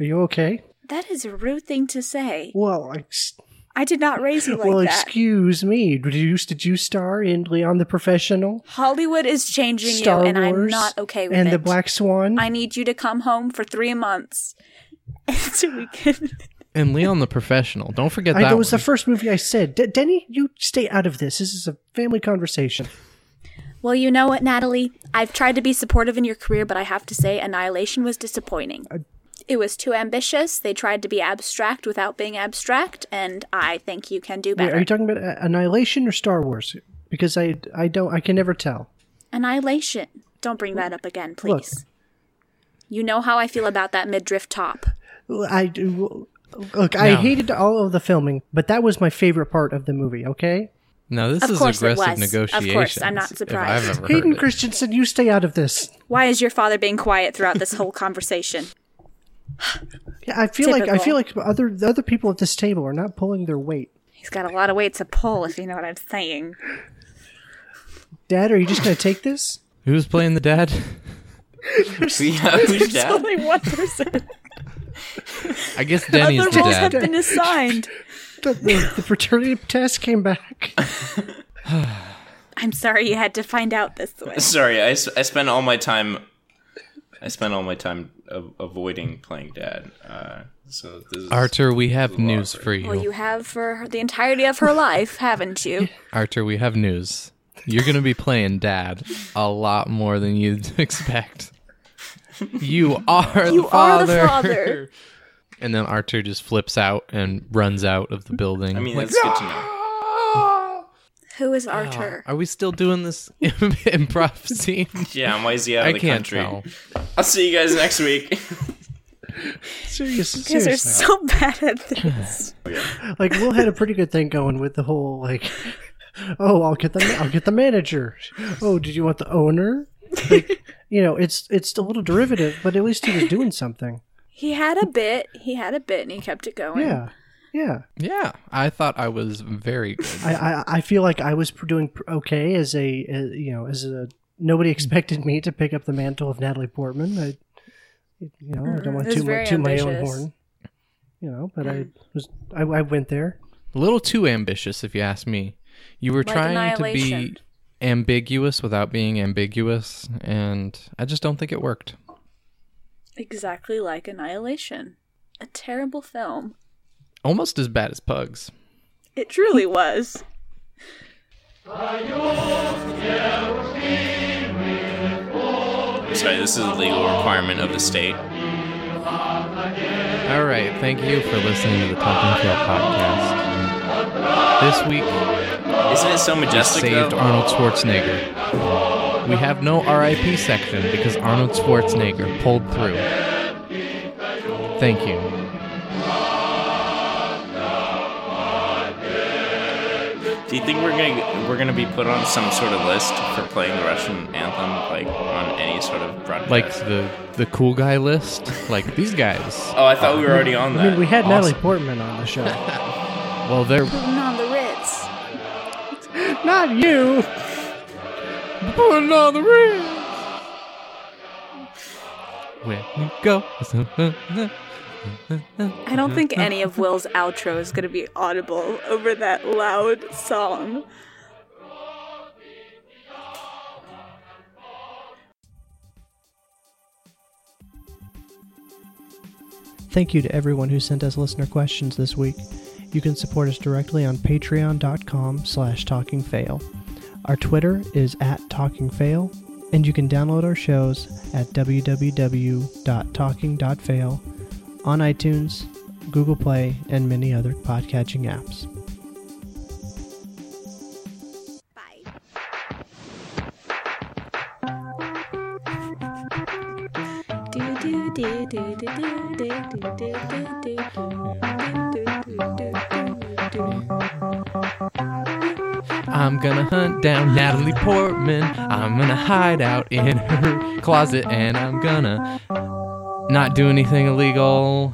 [SPEAKER 4] are you okay?
[SPEAKER 1] That is a rude thing to say.
[SPEAKER 4] Well, ex-
[SPEAKER 1] I did not raise you like
[SPEAKER 4] well,
[SPEAKER 1] that.
[SPEAKER 4] excuse me. Did you did you star in Leon the Professional,
[SPEAKER 1] Hollywood is changing
[SPEAKER 4] Star
[SPEAKER 1] you, and I'm
[SPEAKER 4] Wars,
[SPEAKER 1] not okay with
[SPEAKER 4] and
[SPEAKER 1] it.
[SPEAKER 4] the Black Swan?
[SPEAKER 1] I need you to come home for three months, so we can.
[SPEAKER 3] And Leon the Professional. Don't forget
[SPEAKER 4] I-
[SPEAKER 3] that.
[SPEAKER 4] that was
[SPEAKER 3] one.
[SPEAKER 4] the first movie I said. "De- Denny, you stay out of this. This is a family conversation.
[SPEAKER 1] Well, you know what, Natalie? I've tried to be supportive in your career, but I have to say, Annihilation was disappointing. It was too ambitious. They tried to be abstract without being abstract, and I think you can do
[SPEAKER 4] Wait,
[SPEAKER 1] better.
[SPEAKER 4] are you talking about uh, Annihilation or Star Wars? Because I I don't I can never tell.
[SPEAKER 1] Annihilation. Don't bring that up again, please. You know how I feel about that midriff top.
[SPEAKER 4] I do. Look, I
[SPEAKER 3] No.
[SPEAKER 4] hated all of the filming, but that was my favorite part of the movie. Okay,
[SPEAKER 3] No, this
[SPEAKER 1] Of
[SPEAKER 3] is
[SPEAKER 1] course it
[SPEAKER 3] aggressive
[SPEAKER 1] was. Of course,
[SPEAKER 3] negotiations.
[SPEAKER 1] I'm not
[SPEAKER 3] if
[SPEAKER 1] surprised.
[SPEAKER 3] I've ever heard
[SPEAKER 4] Hayden
[SPEAKER 3] it.
[SPEAKER 4] Christensen, you stay out of this.
[SPEAKER 1] Why is your father being quiet throughout this whole conversation?
[SPEAKER 4] Yeah, I feel like I feel like other the other people at this table are not pulling their weight.
[SPEAKER 1] He's got a lot of weight to pull, if you know what I'm saying.
[SPEAKER 4] Dad, are you just going to take this?
[SPEAKER 3] Who's playing the dad?
[SPEAKER 2] Yeah, who's that?
[SPEAKER 1] Only one person.
[SPEAKER 3] I guess Denny's
[SPEAKER 1] Other
[SPEAKER 3] the
[SPEAKER 1] roles have
[SPEAKER 3] dad.
[SPEAKER 1] been assigned.
[SPEAKER 4] The, the, the paternity test came back.
[SPEAKER 1] I'm sorry you had to find out this way.
[SPEAKER 2] Sorry, I, s- I spent all my time. I spent all my time a- avoiding playing dad. Uh, so this is
[SPEAKER 3] Arthur, we have news for you.
[SPEAKER 1] Well, you have for the entirety of her life, haven't you?
[SPEAKER 3] Arthur, we have news. You're going to be playing dad a lot more than you'd expect. You are
[SPEAKER 1] You
[SPEAKER 3] the
[SPEAKER 1] are
[SPEAKER 3] father.
[SPEAKER 1] the father.
[SPEAKER 3] And then Arthur just flips out and runs out of the building.
[SPEAKER 2] I mean,
[SPEAKER 3] Like,
[SPEAKER 2] that's good to
[SPEAKER 3] "Ah!"
[SPEAKER 2] know.
[SPEAKER 1] Who is Arthur?
[SPEAKER 3] are we still doing this improv scene?
[SPEAKER 2] Yeah, why is he out
[SPEAKER 3] I
[SPEAKER 2] of the
[SPEAKER 3] can't
[SPEAKER 2] country?
[SPEAKER 3] tell.
[SPEAKER 2] I'll see you guys next week.
[SPEAKER 4] Seriously,
[SPEAKER 1] You guys are
[SPEAKER 4] seriously.
[SPEAKER 1] so bad at this.
[SPEAKER 4] like Will had a pretty good thing going with the whole like, oh, I'll get the I'll get the manager. Oh, did you want the owner? Like, you know, it's it's a little derivative, but at least he was doing something.
[SPEAKER 1] He had a bit. He had a bit, and he kept it going.
[SPEAKER 4] Yeah, yeah.
[SPEAKER 3] Yeah, I thought I was very good.
[SPEAKER 4] I, I, I feel like I was pr- doing pr- okay as a, uh you know as a nobody expected me to pick up the mantle of Natalie Portman. I you know I don't want
[SPEAKER 1] It was
[SPEAKER 4] to
[SPEAKER 1] very
[SPEAKER 4] my, to my own
[SPEAKER 1] ambitious.
[SPEAKER 4] horn. You know, but I was I, I went there.
[SPEAKER 3] A little too ambitious, if you ask me. You were
[SPEAKER 1] Like
[SPEAKER 3] trying to be
[SPEAKER 1] Annihilation.
[SPEAKER 3] ambiguous without being ambiguous, and I just don't think it worked.
[SPEAKER 1] Exactly like Annihilation. A terrible film.
[SPEAKER 3] Almost as bad as Pugs.
[SPEAKER 1] It truly was.
[SPEAKER 2] Sorry, this is a legal requirement of the state.
[SPEAKER 3] All right, thank you for listening to the Talking Trail podcast. This week,
[SPEAKER 2] Isn't it so majestic
[SPEAKER 3] saved
[SPEAKER 2] though?
[SPEAKER 3] Arnold Schwarzenegger. We have no RIP section because Arnold Schwarzenegger pulled through. Thank you.
[SPEAKER 2] Do you think we're gonna we're gonna be put on some sort of list for playing the Russian anthem like on any sort of broadcast?
[SPEAKER 3] like the the cool guy list like these guys
[SPEAKER 2] oh, I thought we were already on
[SPEAKER 4] I
[SPEAKER 2] that.
[SPEAKER 4] mean, we had Natalie
[SPEAKER 3] Awesome.
[SPEAKER 4] Portman on the show.
[SPEAKER 3] well they're
[SPEAKER 1] Putting on the Ritz.
[SPEAKER 4] Not you.
[SPEAKER 3] putting on the ring when you go
[SPEAKER 1] I don't think any of Will's outro is going to be audible over that loud song.
[SPEAKER 4] Thank you to everyone who sent us listener questions this week. You can support us directly on patreon.com slash talkingfail. Our Twitter is at talkingfail, and you can download our shows at www.talking.fail on iTunes, Google Play, and many other podcatching apps.
[SPEAKER 1] Bye. Do do do do do do do do do do do
[SPEAKER 3] i'm gonna hunt down natalie portman i'm gonna hide out in her closet and i'm gonna not do anything illegal